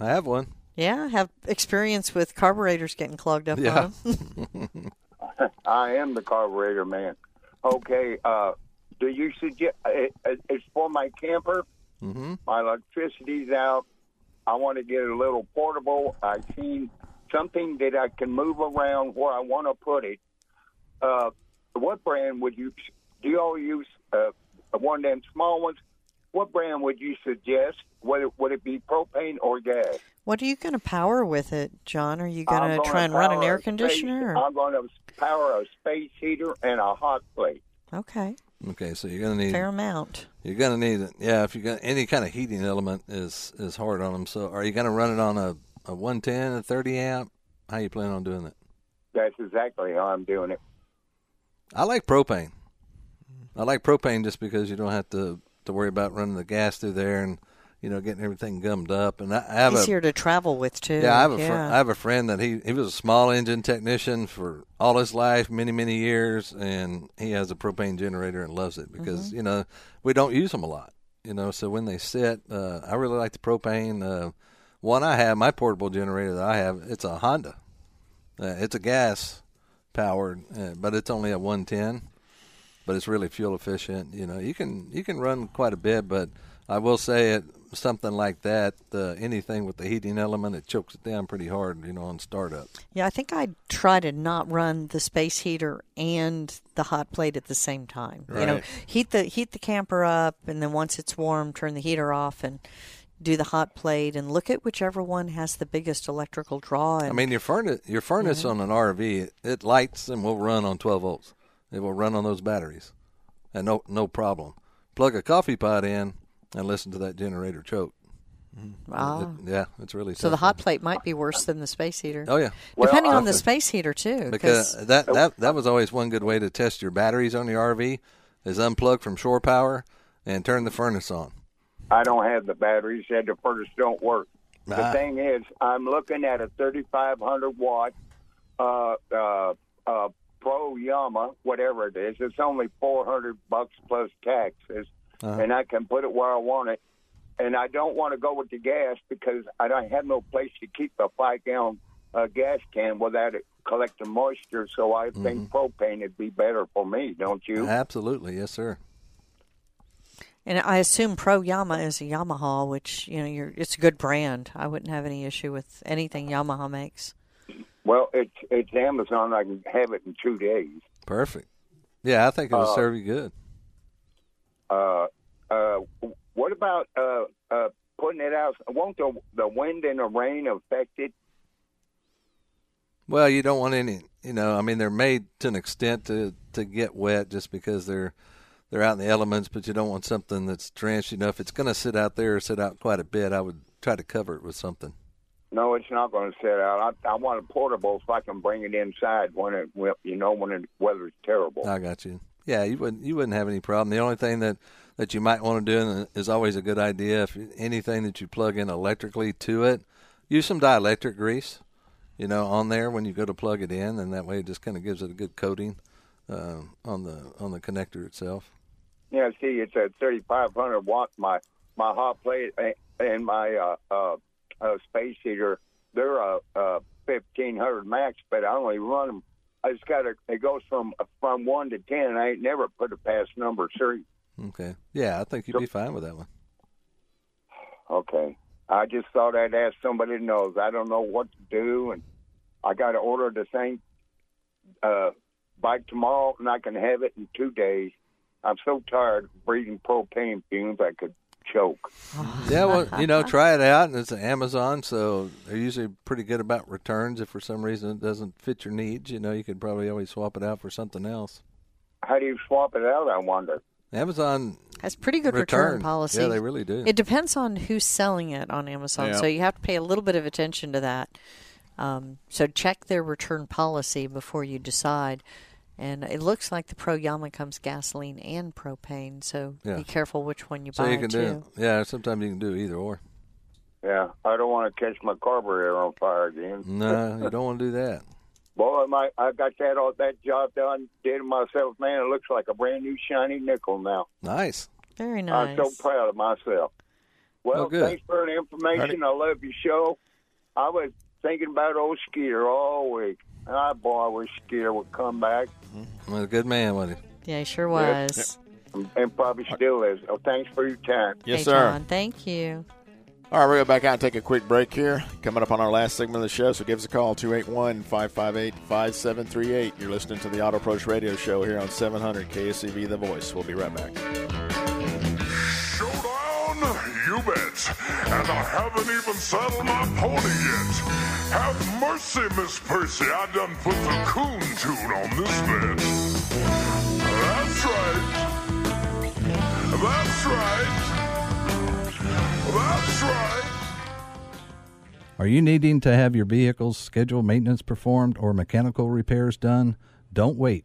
S4: I have one.
S5: Yeah, I have experience with carburetors getting clogged up
S4: Yeah.
S5: on them.
S11: I am the carburetor man. Okay, uh, do you suggest it, it, it's for my camper?
S4: Mm-hmm.
S11: My electricity's out. I want to get a little portable. I seen something that I can move around where I want to put it. Uh, what brand would you? Do you all use uh, one of them small ones? What brand would you suggest? Would it, would it be propane or gas?
S5: What are you going to power with it, John? Are you going
S11: I'm
S5: to
S11: gonna
S5: try and run an
S11: power
S5: air
S11: a space-
S5: conditioner? or-
S11: I'm going to power a space heater and a hot plate.
S5: Okay,
S4: Okay, so you're gonna need
S5: fair amount.
S4: you're gonna need it. Yeah, if you got any kind of heating element is is hard on them. So are you gonna run it on a a 110, a 30 amp? How you plan on doing it?
S11: That's exactly how I'm doing it.
S4: I like propane. I like propane just because you don't have to to worry about running the gas through there and you know getting everything gummed up. And I, I have a
S5: Easier to travel with too.
S4: Yeah, I have a fr- I have a friend that he he was a small engine technician for all his life, many many years, and he has a propane generator and loves it because
S5: Mm-hmm.
S4: you know we don't use them a lot, you know. So when they sit, uh, I really like the propane. Uh, one I have, my portable generator that I have, it's a Honda. Uh, it's a gas powered, uh, but it's only at 110. But it's really fuel efficient. You know, you can you can run quite a bit, but I will say it something like that. Uh, anything with the heating element, it chokes it down pretty hard. You know, on startup.
S5: yeah, I think I'd try to not run the space heater and the hot plate at the same time. You know,
S3: Right.
S5: heat the heat the camper up, and then once it's warm, turn the heater off and do the hot plate, and look at whichever one has the biggest electrical draw. And
S4: I mean, your furnace your furnace on an RV, it, it lights and will run on 12 volts. It will run on those batteries, and no no problem. Plug a coffee pot in and listen to that generator choke.
S5: ah.
S4: It- yeah, it's really
S5: so the
S4: tough.
S5: hot plate might be worse than the space heater.
S4: uh, Oh yeah.
S5: Depending on the
S4: definitely.
S5: space heater too,
S4: because that, that that was always one good way to test your batteries on your RV is unplug from shore power and turn the furnace on.
S11: I don't have the batteries, and the furnace don't work.
S4: Ah.
S11: The thing is, I'm looking at a 3,500 watt uh, uh, uh, Pro Yama, whatever it is. It's only four hundred bucks plus taxes,
S4: Uh-huh.
S11: and I can put it where I want it. And I don't want to go with the gas because I don't have no place to keep a five gallon uh, gas can without it collecting moisture. So I think propane would be better for me, don't you?
S4: Absolutely, yes, sir.
S5: And I assume Pro Yama is a Yamaha, which you know, you're, it's a good brand. I wouldn't have any issue with anything Yamaha makes.
S11: Well, it's it's Amazon. I can have it in two days.
S4: Perfect. Yeah, I think it'll
S11: Uh,
S4: serve you good.
S11: uh, uh, what about uh, uh, putting it out? Won't the the wind and the rain affect it?
S4: Well, you don't want any. You know, I mean, they're made to an extent to to get wet, just because they're they're out in the elements. But you don't want something that's drenched. You know, if it's going to sit out there, sit out quite a bit. I would try to cover it with something.
S11: No, it's not going to set out. I, I want a portable so I can bring it inside when it when- you know when the weather's terrible.
S4: I got you. Yeah, you wouldn't you wouldn't have any problem. The only thing that that you might want to do and is always a good idea if anything that you plug in electrically to it, use some dielectric grease, you know, on there when you go to plug it in, and that way it just kind of gives it a good coating uh, on the on the connector itself.
S11: Yeah, see, it's at 3,500 watt. My my hot plate a- and my uh, uh, uh, space heater, they're uh, uh, 1,500 max, but I only run them. I just got to, it goes from from 1 to 10. I ain't never put it past number 3.
S4: Okay. Yeah, I think you'd be fine with that one.
S11: Okay. I just thought I'd ask somebody who knows. I don't know what to do, and I got to order the thing uh, by tomorrow, and I can have it in two days. I'm so tired of breathing propane fumes, I could choke.
S4: Yeah, well, you know, try it out, and it's an Amazon, so they're usually pretty good about returns. If for some reason it doesn't fit your needs, you know, you could probably always swap it out for something else.
S11: How do you swap it out? I wonder.
S4: Amazon
S5: Has pretty good return,
S4: Return. Yeah,
S5: policy.
S4: they really do.
S5: It depends on who's selling it on Amazon,
S4: Yeah.
S5: so you have to pay a little bit of attention to that. Um, so check their return policy before you decide. And it looks like the Pro Yama comes gasoline and propane, so
S4: Yeah.
S5: be careful which one you
S4: so
S5: buy
S4: you can
S5: too.
S4: do yeah sometimes you can do either or
S11: Yeah, I don't want to catch my carburetor on fire again.
S4: no you don't want to do that
S11: Boy, my, I got that all that job done, did it myself. Man, it looks like a brand new shiny nickel now.
S4: nice
S5: Very
S11: I'm Uh, so proud of myself. Well,
S4: good.
S11: thanks for the information. I love your show. I was thinking about old Skeeter all week. And I, boy, I wish Skeeter would come back
S4: well, good man wasn't he
S5: Yeah, he sure
S11: Yeah.
S5: was.
S11: and probably still is. Oh, thanks for your time.
S3: Yes,
S5: Hey,
S3: sir.
S5: John, thank you.
S3: All right, we're going to back out and take a quick break here. Coming up on our last segment of the show, so give us a call, 281 558 5738. You're listening to the Auto Approach Radio Show here on 700 KSCB E The Voice. We'll be right back.
S12: Showdown, you bet. And I haven't even saddled my pony yet. Have mercy, Miss Percy. I done put the coon tune on this bed. That's right. That's right. That's right.
S4: Are you needing to have your vehicle's scheduled maintenance performed or mechanical repairs done? Don't wait.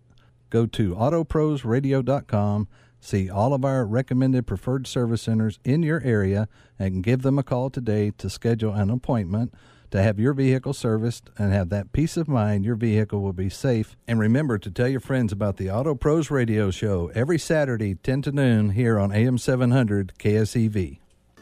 S4: Go to autoprosradio.com, see all of our recommended preferred service centers in your area, and give them a call today to schedule an appointment to have your vehicle serviced and have that peace of mind your vehicle will be safe. And remember to tell your friends about the Auto Pros Radio Show every Saturday, 10 to noon, here on AM 700 KSEV.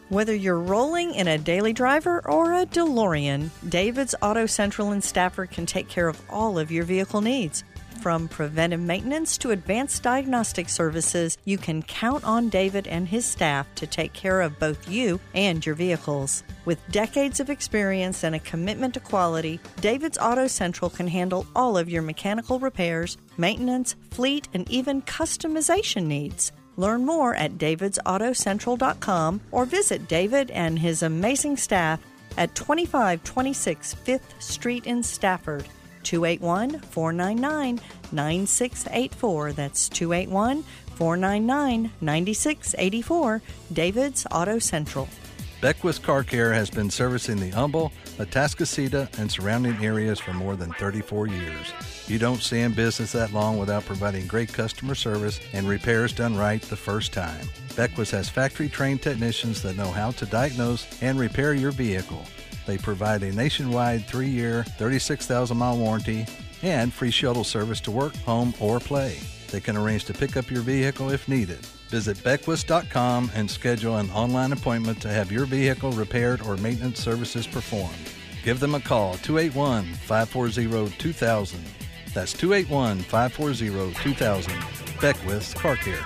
S9: Whether you're rolling in a daily driver or a DeLorean, David's Auto Central in Stafford can take care of all of your vehicle needs. From preventive maintenance to advanced diagnostic services, you can count on David and his staff to take care of both you and your vehicles. With decades of experience and a commitment to quality, David's Auto Central can handle all of your mechanical repairs, maintenance, fleet, and even customization needs. Learn more at davidsautocentral.com or visit David and his amazing staff at 2526 5th Street in Stafford. 281 499 9684. That's 281 499 9684. David's Auto Central.
S4: Beckwith Car Care has been servicing the Humble, Atascocita, and surrounding areas for more than 34 years. You don't stay in business that long without providing great customer service and repairs done right the first time. Beckwith has factory trained technicians that know how to diagnose and repair your vehicle. They provide a nationwide three year, 36,000 mile warranty and free shuttle service to work, home, or play. They can arrange to pick up your vehicle if needed. Visit Beckwith.com and schedule an online appointment to have your vehicle repaired or maintenance services performed. Give them a call 281 540 2000. That's 281 540 2000. Beckwith Car Care.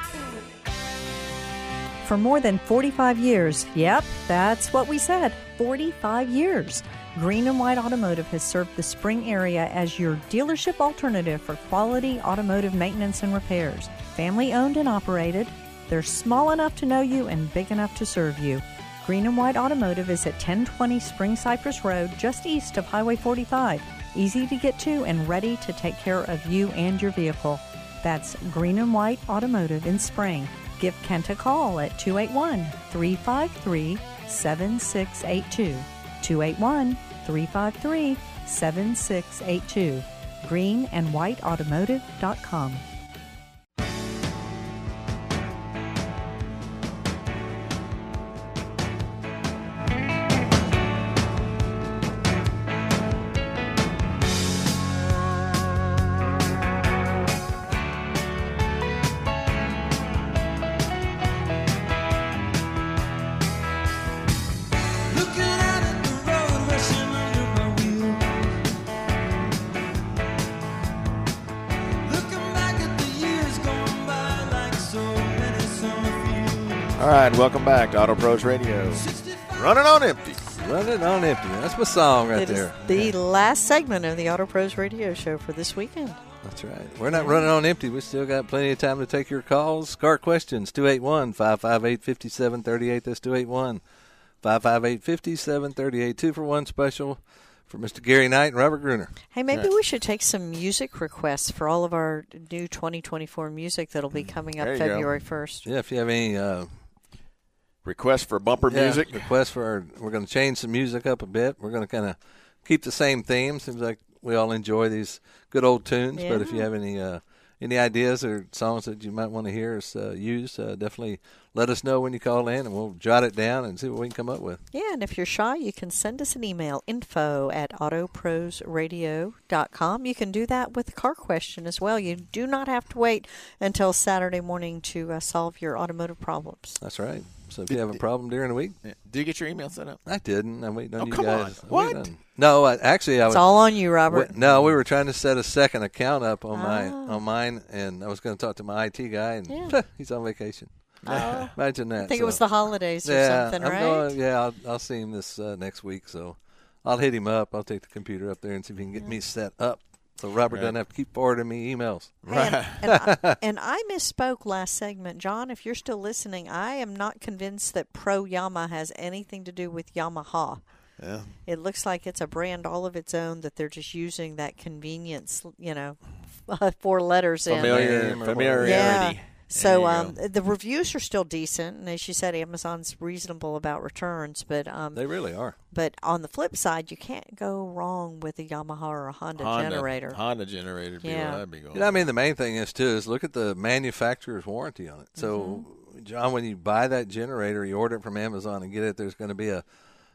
S9: For more than 45 years, yep, that's what we said 45 years. Green and White Automotive has served the Spring area as your dealership alternative for quality automotive maintenance and repairs. Family owned and operated, they're small enough to know you and big enough to serve you. Green and White Automotive is at 1020 Spring Cypress Road, just east of Highway 45. Easy to get to and ready to take care of you and your vehicle. That's Green and White Automotive in Spring. Give Kent a call at 281 353 7682. 281 353 7682. Greenandwhiteautomotive.com.
S2: Looking out at the road, rushing under my wheel. Looking back at the years gone by, like so many summer fields.
S3: All right, welcome back to Auto Pros Radio. Running on empty.
S4: Running on empty. That's my song right
S5: It is
S4: there.
S5: the last segment of the Auto Pros Radio Show for this weekend.
S4: That's right. We're not running on empty. We still got plenty of time to take your calls. Car questions 281 558 5738. That's 281 558 5738. Two for one special for Mr. Gary Knight and Robert Gruner.
S5: Hey, maybe we should take some music requests for all of our new 2024 music that'll be coming up
S3: Mm. There you go.
S5: February 1st.
S4: Yeah, if you have any uh,
S3: requests for bumper music.
S4: requests for our, we're going to change some music up a bit. We're going to kind of keep the same theme. Seems like we all enjoy these good old tunes. But if you
S5: Yeah.
S4: have any uh, any ideas or songs that you might want to hear us uh, use, uh, definitely let us know when you call in, and we'll jot it down and see what we can come up with.
S5: Yeah, and if you're shy, you can send us an email info at autoprosradio.com. You can do that with a car question as well. You do not have to wait until Saturday morning to uh, solve your automotive problems.
S4: That's right. So if you have a problem during the week,
S3: Do you get your email set up?
S4: I didn't. I'm waiting on
S3: Oh,
S4: you
S3: come
S4: guys.
S3: on.
S4: I'm waiting
S3: What?
S4: on- No, I, actually, I
S5: It's
S4: was.
S5: all on you, Robert. Ah.
S4: Wait, no, we were trying to set a second account up on my on mine, and I was going to talk to my IT guy, and
S5: Yeah.
S4: he's on vacation.
S5: Oh.
S4: Imagine that.
S5: I think it
S4: so.
S5: was the holidays or
S4: yeah,
S5: something,
S4: I'm
S5: right?
S4: going- yeah, I'll, I'll see him this uh, next week, so I'll hit him up. I'll take the computer up there and see if he can get me set up, so Robert
S3: Right.
S4: doesn't have to keep forwarding me emails.
S5: And, and, I, and I misspoke last segment. John, if you're still listening, I am not convinced that Pro Yama has anything to do with Yamaha.
S3: Yeah.
S5: It looks like it's a brand all of its own that they're just using that convenience, you know, four letters in.
S3: Familiar,
S4: Name or
S3: familiarity.
S5: Yeah. So
S3: There you
S5: um, the reviews are still decent, and as you said, Amazon's reasonable about returns. But um,
S4: They really are.
S5: but on the flip side, you can't go wrong with a Yamaha or a Honda,
S3: Honda
S5: generator.
S3: Honda generator. Be
S5: Yeah.
S3: what I'd be going.
S4: You know, I mean, the main thing is too is look at the manufacturer's warranty on it. So,
S5: Mm-hmm.
S4: John, when you buy that generator, you order it from Amazon and get it. There's going to be a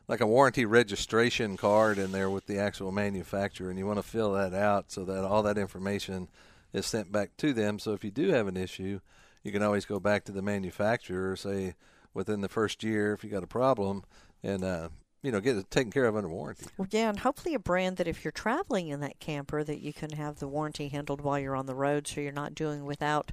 S4: like a warranty registration card in there with the actual manufacturer, and you want to fill that out so that all that information is sent back to them. So, if you do have an issue, you can always go back to the manufacturer, say within the first year, if you got a problem, and uh, you know get it taken care of under warranty.
S5: Well, yeah, and hopefully a brand that if you're traveling in that camper, that you can have the warranty handled while you're on the road, so you're not doing without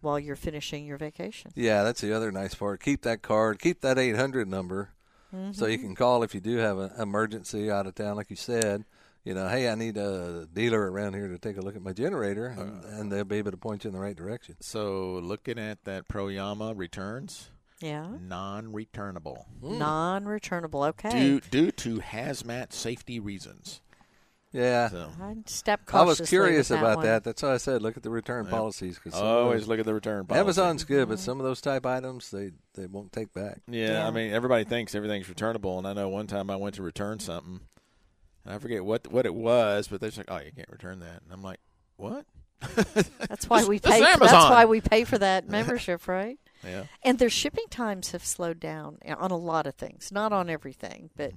S5: while you're finishing your vacation.
S4: Yeah, that's the other nice part. Keep that card. Keep that 800 number so
S3: Mm-hmm.
S4: you can call if you do have an emergency out of town, like you said. You know, hey, I need a dealer around here to take a look at my generator, and, and they'll be able to point you in the right direction.
S3: Uh, So looking at that Pro Yama returns,
S5: Mm-hmm. Yeah,
S3: non-returnable
S4: Hmm.
S5: non-returnable. Mm. Okay,
S3: due due to hazmat safety reasons.
S4: Yeah.
S3: So
S5: I'd step
S4: I was
S5: cautiously
S4: curious
S5: with that
S4: about
S5: one.
S4: that. That's why I said look at the return policies 'cause some of
S3: always
S4: those-
S3: look at the return. Policy.
S4: Amazon's good, but some of those type items they they won't take back.
S3: Yeah,
S5: Mm-hmm. Yeah.
S3: I mean everybody thinks everything's returnable, and I know one time I went to return something, and I forget what what it was, but they're just like, "Oh, you can't return that," and I'm like, "What?"
S5: That's why we
S3: This is
S5: pay. That's
S3: Amazon.
S5: why we pay for that membership, right?
S3: Yeah,
S5: And their shipping times have slowed down on a lot of things, not on
S4: Mm-hmm.
S5: everything, but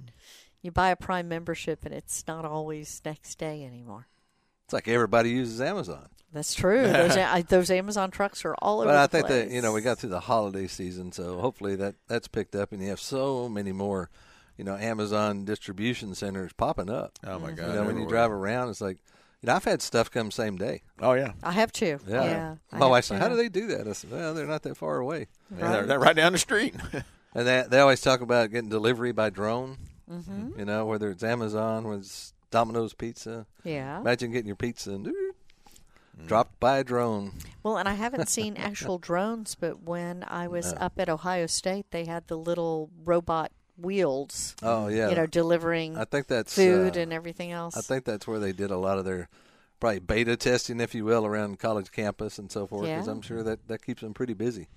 S5: you buy a Prime membership and it's not always next day anymore.
S4: It's like everybody uses Amazon.
S5: That's true. Those, I- those Amazon trucks are all over
S4: But I
S5: the
S4: think
S5: place.
S4: that you know we got through the holiday season, so hopefully that that's picked up, and you have so many more, you know, Amazon distribution centers popping up.
S3: Oh my Mhm. God,
S4: You know, when you
S3: everywhere.
S4: drive around, it's like, you know, I've had stuff come same day.
S3: Oh yeah,
S5: I have too.
S4: yeah.
S5: Yeah, I
S4: My
S5: have
S4: wife said, "How
S5: too.
S4: do they do that?" I said, "Well, they're not that far away.
S3: Yeah, they're, they're right down the street.
S4: And they they always talk about getting delivery by drone.
S5: Mhm.
S4: You know, whether it's Amazon, whether it's Domino's Pizza.
S5: Yeah.
S4: Imagine getting your pizza and
S3: Mm.
S4: dropped by a drone.
S5: Well, and I haven't seen actual drones, but when I was
S4: No.
S5: up at Ohio State, they had the little robot wheels.
S4: Oh yeah,
S5: you know, delivering.
S4: I think that's
S5: food
S4: uh,
S5: and everything else.
S4: I think that's where they did a lot of their probably beta testing, if you will, around college campus and so forth. Because
S5: Yeah.
S4: I'm sure that that keeps them pretty busy.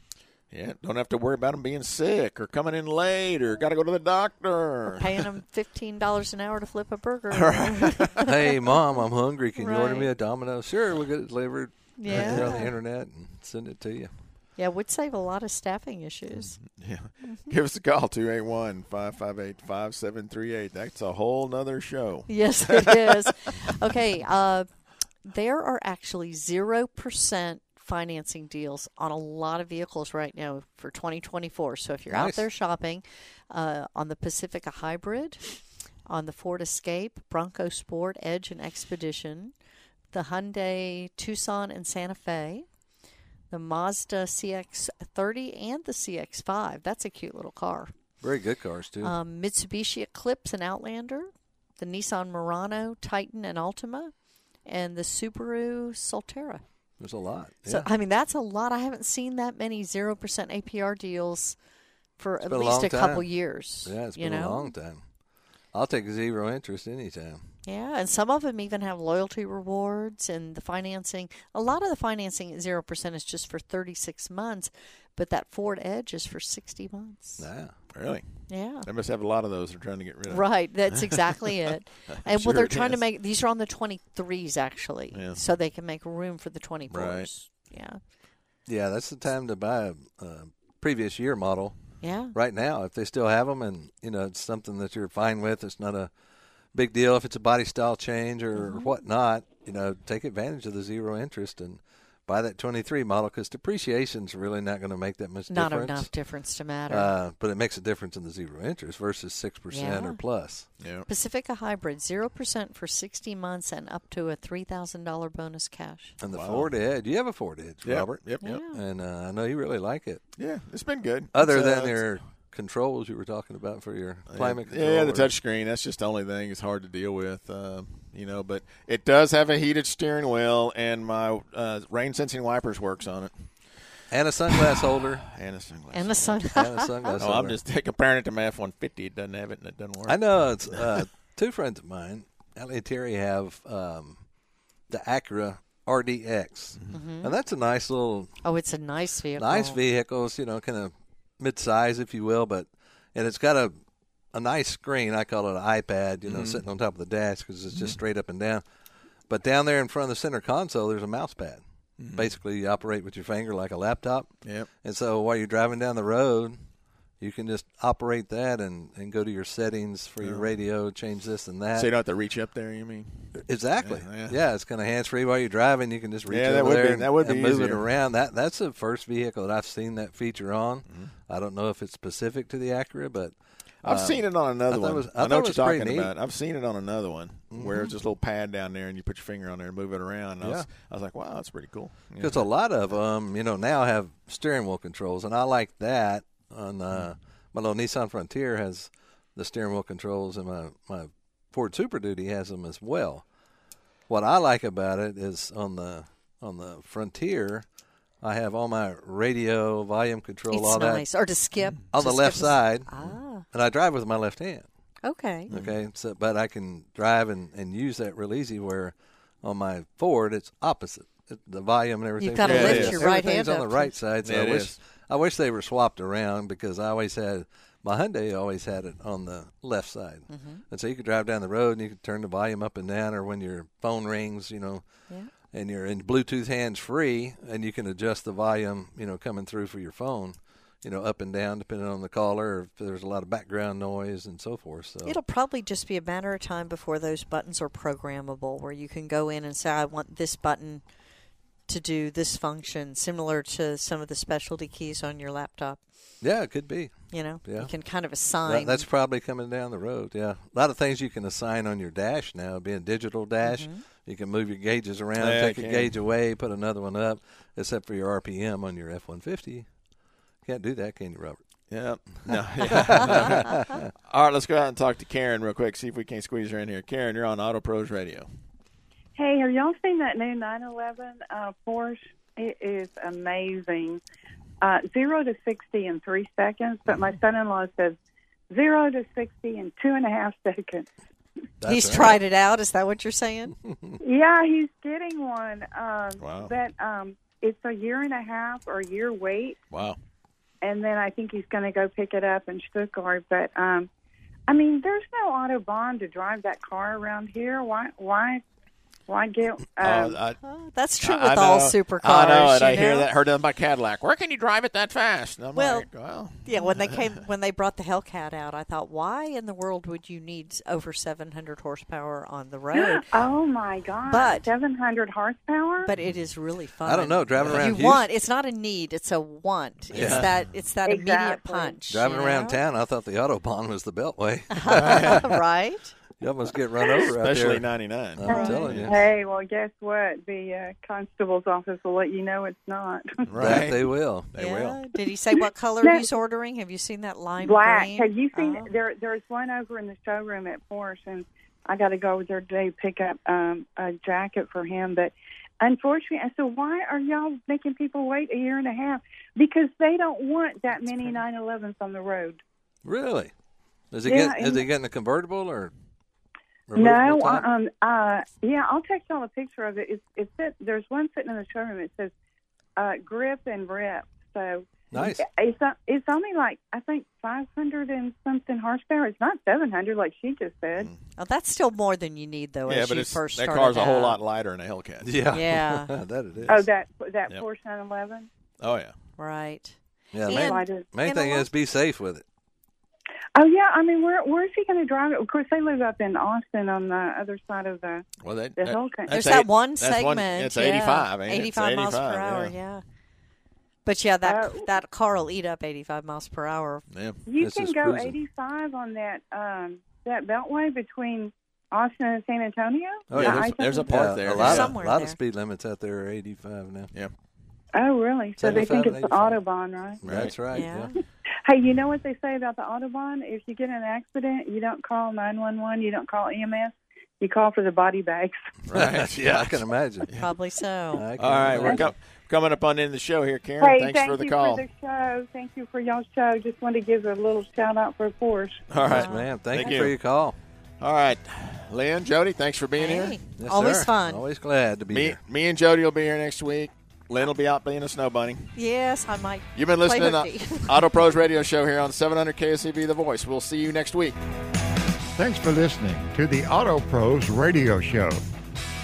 S3: Yeah, don't have to worry about them being sick or coming in late or got to go to the doctor.
S5: paying them fifteen dollars an hour to flip a burger.
S4: hey, mom, I'm hungry. Can you order
S5: Right.
S4: me a Domino? Sure, we'll get it delivered.
S5: Yeah.
S4: They're on the internet and send it to you.
S5: Yeah, would save a lot of staffing issues.
S3: Yeah. Give us a call 281 558 5738. That's a whole nother show.
S5: Yes, it is. okay, uh, there are actually zero percent financing deals on a lot of vehicles right now for 2024. So if you're out
S13: Nice.
S5: there shopping uh, on the Pacifica Hybrid, on the Ford Escape, Bronco Sport, Edge, and Expedition, the Hyundai Tucson and Santa Fe. The Mazda CX30 and the CX5. That's a cute little car.
S4: Very good cars too.
S5: Um, Mitsubishi Eclipse and Outlander, the Nissan Murano, Titan and Altima, and the Subaru Solterra.
S4: There's a lot.
S5: So
S4: yeah.
S5: I mean, that's a lot. I haven't seen that many zero percent APR deals for at
S4: been
S5: least
S4: long
S5: a couple
S4: time.
S5: years.
S4: Yeah, it's
S5: you
S4: been
S5: know?
S4: a long time. I'll take zero interest anytime.
S5: Yeah, and some of them even have loyalty rewards and the financing. A lot of the financing at zero percent is just for thirty six months, but that Ford Edge is for sixty months.
S4: Yeah.
S3: Really?
S5: Yeah.
S3: They must have a lot of those they're trying to get rid of.
S5: Right, that's exactly it.
S3: I'm
S5: and
S3: sure
S5: well, they're
S3: it
S5: trying to
S3: is.
S5: make these are on the 23s actually,
S4: Yeah.
S5: so they can make room for the 24s. Yeah.
S4: Yeah, that's the time to buy a, a previous year model.
S5: Yeah.
S4: Right now, if they still have them, and you know it's something that you're fine with, it's not a big deal. If it's a body style change or
S5: Mm-hmm.
S3: Mhm.
S4: whatnot, you know, take advantage of the zero interest and buy that 23 model because depreciation's really not going to make that much
S5: Not
S4: difference.
S5: enough difference to matter.
S4: Uh, but it makes a difference in the zero interest versus six percent
S5: Yeah.
S4: or plus.
S3: Yeah.
S5: Pacifica Hybrid, 0% for 60 months and up to a $3,000 bonus cash.
S4: And the
S3: Wow.
S4: Ford Edge, you have a Ford Edge,
S3: Yep,
S4: Robert.
S3: yep, yep.
S4: And uh, I know you really like it.
S3: Yeah, it's been good.
S4: Other
S3: It's, uh,
S4: than
S3: it's-
S4: their controls you were talking about for your climate
S3: yeah,
S4: control.
S3: yeah, the
S4: or-
S3: touchscreen. That's just the only thing. It's hard to deal with, uh, you know. But it does have a heated steering wheel, and my uh, rain sensing wipers works on it,
S4: and a sunglass holder,
S3: and a sunglass,
S5: And the sun.
S4: And a sunglass
S3: Oh, I'm
S4: holder.
S3: just comparing it to my F-150. It doesn't have it, and it doesn't work.
S4: I know it's uh, two friends of mine, Ellie and Terry, have um, the Acura RDX,
S5: Mhm.
S4: and that's a nice little,
S5: oh, it's a nice vehicle.
S4: nice vehicles, you know, kind of mid-size, if you will, but and it's got a a nice screen. I call it an iPad, you know,
S3: Mhm.
S4: sitting on top of the dash because it's
S3: Mhm.
S4: just straight up and down. But down there in front of the center console, there's a mouse pad.
S3: Mhm.
S4: Basically, you operate with your finger like a laptop.
S3: Yep.
S4: And so while you're driving down the road, you can just operate that and, and go to your settings for your
S3: Yeah.
S4: radio, change this and that.
S3: so you don't have to reach up there. You mean
S4: exactly.
S3: Yeah,
S4: Yeah,
S3: yeah.
S4: it's kind of hands free while you're driving. You can just reach
S3: Yeah,
S4: over
S3: that would
S4: there
S3: be-
S4: and,
S3: that would
S4: and
S3: be
S4: move it
S3: easier.
S4: around. That that's the first vehicle that I've seen that feature on. I don't know if it's specific to the Acura, but
S3: Mm-hmm. I've
S4: uh,
S3: seen it on
S4: I
S3: another
S4: thought
S3: one.
S4: it was- I
S3: I,
S4: thought
S3: know what
S4: it was
S3: you're
S4: pretty
S3: talking
S4: neat.
S3: about. I've seen it on another one where
S4: Mhm.
S3: it's this little pad down there, and you put your finger on there and move it around. And I,
S4: Yeah.
S3: was, I was like, wow, that's pretty cool. Yeah.
S4: Because a lot of them, you know, now have steering wheel controls, and I like that. On uh, my little Nissan Frontier has the steering wheel controls, and my my Ford Super Duty has them as well. What I like about it is on the on the Frontier, I have all my radio volume control,
S5: It's
S4: all
S5: nice.
S4: that
S5: Or to skip.
S4: on
S5: to
S4: the left
S5: skip a-
S4: side,
S5: Ah.
S4: and I drive with my left hand.
S5: Okay.
S4: Okay, so but I can drive and, and use that real easy. Where on my Ford, it's opposite. It, the volume and everything.
S5: gotta
S4: for
S5: lift
S4: everything-
S5: your right
S4: everything's
S5: hand
S4: on
S5: up
S4: the
S5: to-
S4: right side. So
S3: Yeah,
S4: I
S3: it
S4: wish
S3: is.
S4: I wish they were swapped around because I always had my Hyundai always had it on the left side,
S5: Mm-hmm.
S3: Mhm.
S4: and so you could drive down the road and you could turn the volume up and down, or when your phone rings, you know.
S5: Yeah.
S4: And you're in Bluetooth hands free, and you can adjust the volume, you know, coming through for your phone. you know, up and down depending on the caller, or if there's a lot of background noise and so forth. So
S5: It'll probably just be a matter of time before those buttons are programmable, where you can go in and say, I want this button to do this function, similar to some of the specialty keys on your laptop.
S4: yeah, it could be.
S5: You know,
S4: Yeah.
S5: you can kind of
S4: That-
S5: assign.
S4: that's probably coming down the road. Yeah, a lot of things you can assign on your dash now. Being digital dash,
S5: Mm-hmm.
S4: you can move your gauges around,
S3: Yeah,
S4: take
S3: you
S4: a
S3: can.
S4: gauge away, put another one up. Except for your RPM on your F one fifty, can't do that, can you, Robert?
S3: Yeah. No. Yeah. No. All right, let's go out and talk to Karen real quick. See if we can squeeze her in here. Karen, you're on Auto Pros Radio.
S13: Hey, have y'all seen that new 911 uh, Porsche? It is amazing. Uh, zero to 60 in three seconds, but my son in law says zero to 60 in two and a half seconds.
S5: He's
S13: right.
S5: tried it out. Is that what you're saying?
S13: Yeah, he's getting one. Um,
S5: Wow.
S13: But um, it's a year and a half or year wait,
S3: Wow.
S13: and then I think he's going to go pick it up in Stuttgart. But um, I mean, there's no autobahn to drive that car around here. Why? Why? Why get? Um,
S3: I-
S5: that's true
S3: I-
S5: with
S3: I
S5: all
S3: know.
S5: supercars.
S3: I know, and
S5: you
S3: I hear
S5: know?
S3: that heard that in my Cadillac. Where can you drive it that fast? And I'm
S5: Well,
S3: like, wow.
S5: yeah, when they came when they brought the Hellcat out, I thought, why in the world would you need s- over 700 horsepower on the road?
S13: Oh my God!
S5: But-
S13: 700 horsepower.
S5: But it is really fun.
S4: I don't know, driving
S5: you
S4: around Houston-
S5: want. It's not a need. It's a want. It's
S4: Yeah.
S5: that. It's that immediate
S13: Exactly.
S5: punch.
S4: Driving
S5: you
S4: around
S5: know?
S4: town, I thought the autobahn was the Beltway.
S5: right?
S4: You almost get run over, out there.
S3: Especially 99.
S4: I'm telling you,
S13: Hey, well, guess what? The uh, constable's office will let you know it's not.
S4: That they will. They
S5: Yeah.
S4: will.
S5: Did he say what color
S13: No.
S5: he's ordering? Have you seen that lime
S13: Black.
S5: green? Oh.
S13: Have you seen there? There's one over in the showroom at Porsche, and I got to go over there today to pick up um, a jacket for him. But unfortunately, I said, why are y'all making people wait a year and a half? Because they don't want that many 911s on the road.
S4: Really? Is he
S13: Yeah,
S4: getting? Is
S13: and-
S4: he getting a convertible or?
S13: No,
S4: removable
S13: uh,
S4: type?
S13: um, uh, yeah, I'll text y'all a picture of it. It's, it's it, there's one sitting in the showroom. It says uh, grip and rip. So
S4: Nice.
S13: It's it's only like I think 500 and something horsepower. It's not 700 like she just
S3: Hmm.
S13: said.
S5: Oh, that's still more than you need, though.
S3: yeah,
S5: as
S3: but
S5: you
S3: it's,
S5: first
S3: that
S5: started
S3: car's a whole
S5: out.
S3: lot lighter than a Hellcat.
S4: Yeah.
S5: Yeah.
S4: that it is.
S13: Oh, that that
S3: Yep.
S13: Porsche 911.
S3: Oh, yeah.
S5: Right.
S4: Yeah,
S13: And-
S4: main, main
S13: and a
S4: thing
S13: lot-
S4: is be safe with it.
S13: Oh yeah, I mean, where where is he going to drive it? Of course, they live up in Austin on the other side of the.
S3: Well, that,
S13: The Hellcat.
S5: There's
S3: that's
S5: that
S3: eight-
S5: one
S3: that's
S5: segment.
S3: it's
S5: yeah.
S3: 85, ain't it? It's
S5: 85 miles per
S3: 85,
S5: hour.
S3: yeah.
S5: Yeah. But yeah, that that car will eat up 85 miles per hour.
S3: Yeah.
S13: Uh, You can go 85 on that um that beltway between Austin and San Antonio.
S3: Oh, yeah,
S13: The
S3: there's-
S13: I-
S3: there's a park there.
S4: A lot,
S5: Somewhere
S4: of, lot
S5: there.
S4: of speed limits out there are 85 now.
S3: Yeah.
S13: Oh, really? So they think
S4: 75,
S13: it's the autobahn, right?
S4: That's right. Yeah.
S13: Hey, you know what they say about the autobahn? If you get in an accident, you don't call 911, you don't call E EMS, you call for the body bags.
S3: Right.
S4: yeah, I can imagine.
S5: Probably so.
S4: I can
S3: All right, we're
S4: imagine.
S3: com- coming up on the end of the show here, Karen.
S13: Hey,
S3: thanks
S13: thank
S3: for the
S13: you
S3: call.
S13: for the show. Thank you for y'all's show. Just want to give a little shout out for Porsche.
S3: All right,
S4: Yes, ma'am. Thank,
S3: Thank
S4: you
S3: you.
S4: for your call.
S3: All right, Lynn, Jody, thanks for being here.
S4: Yes,
S5: Always
S4: sir.
S5: fun.
S4: Always glad to be
S3: Me,
S4: here.
S3: me and Jody will be here next week. Lynn will be out being a snow bunny.
S5: Yes, I might.
S3: You've been
S5: play hooky.
S3: listening to Auto Pros Radio Show here on 700 KSCB E The Voice. We'll see you next week.
S1: Thanks for listening to the Auto Pros Radio Show.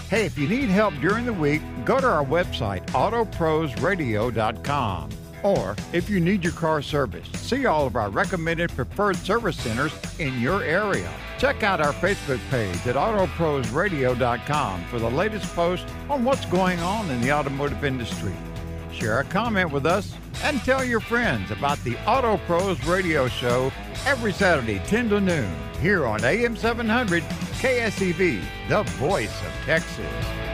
S1: Hey, if you need help during the week, go to our website, autoprosradio.com. Or if you need your car serviced, see all of our recommended preferred service centers in your area. Check out our Facebook page at autoprosradio.com for the latest posts on what's going on in the automotive industry. Share a comment with us and tell your friends about the Auto Pros Radio Show every Saturday, 10 to E noon, here on AM 700 KSEV, the voice of Texas.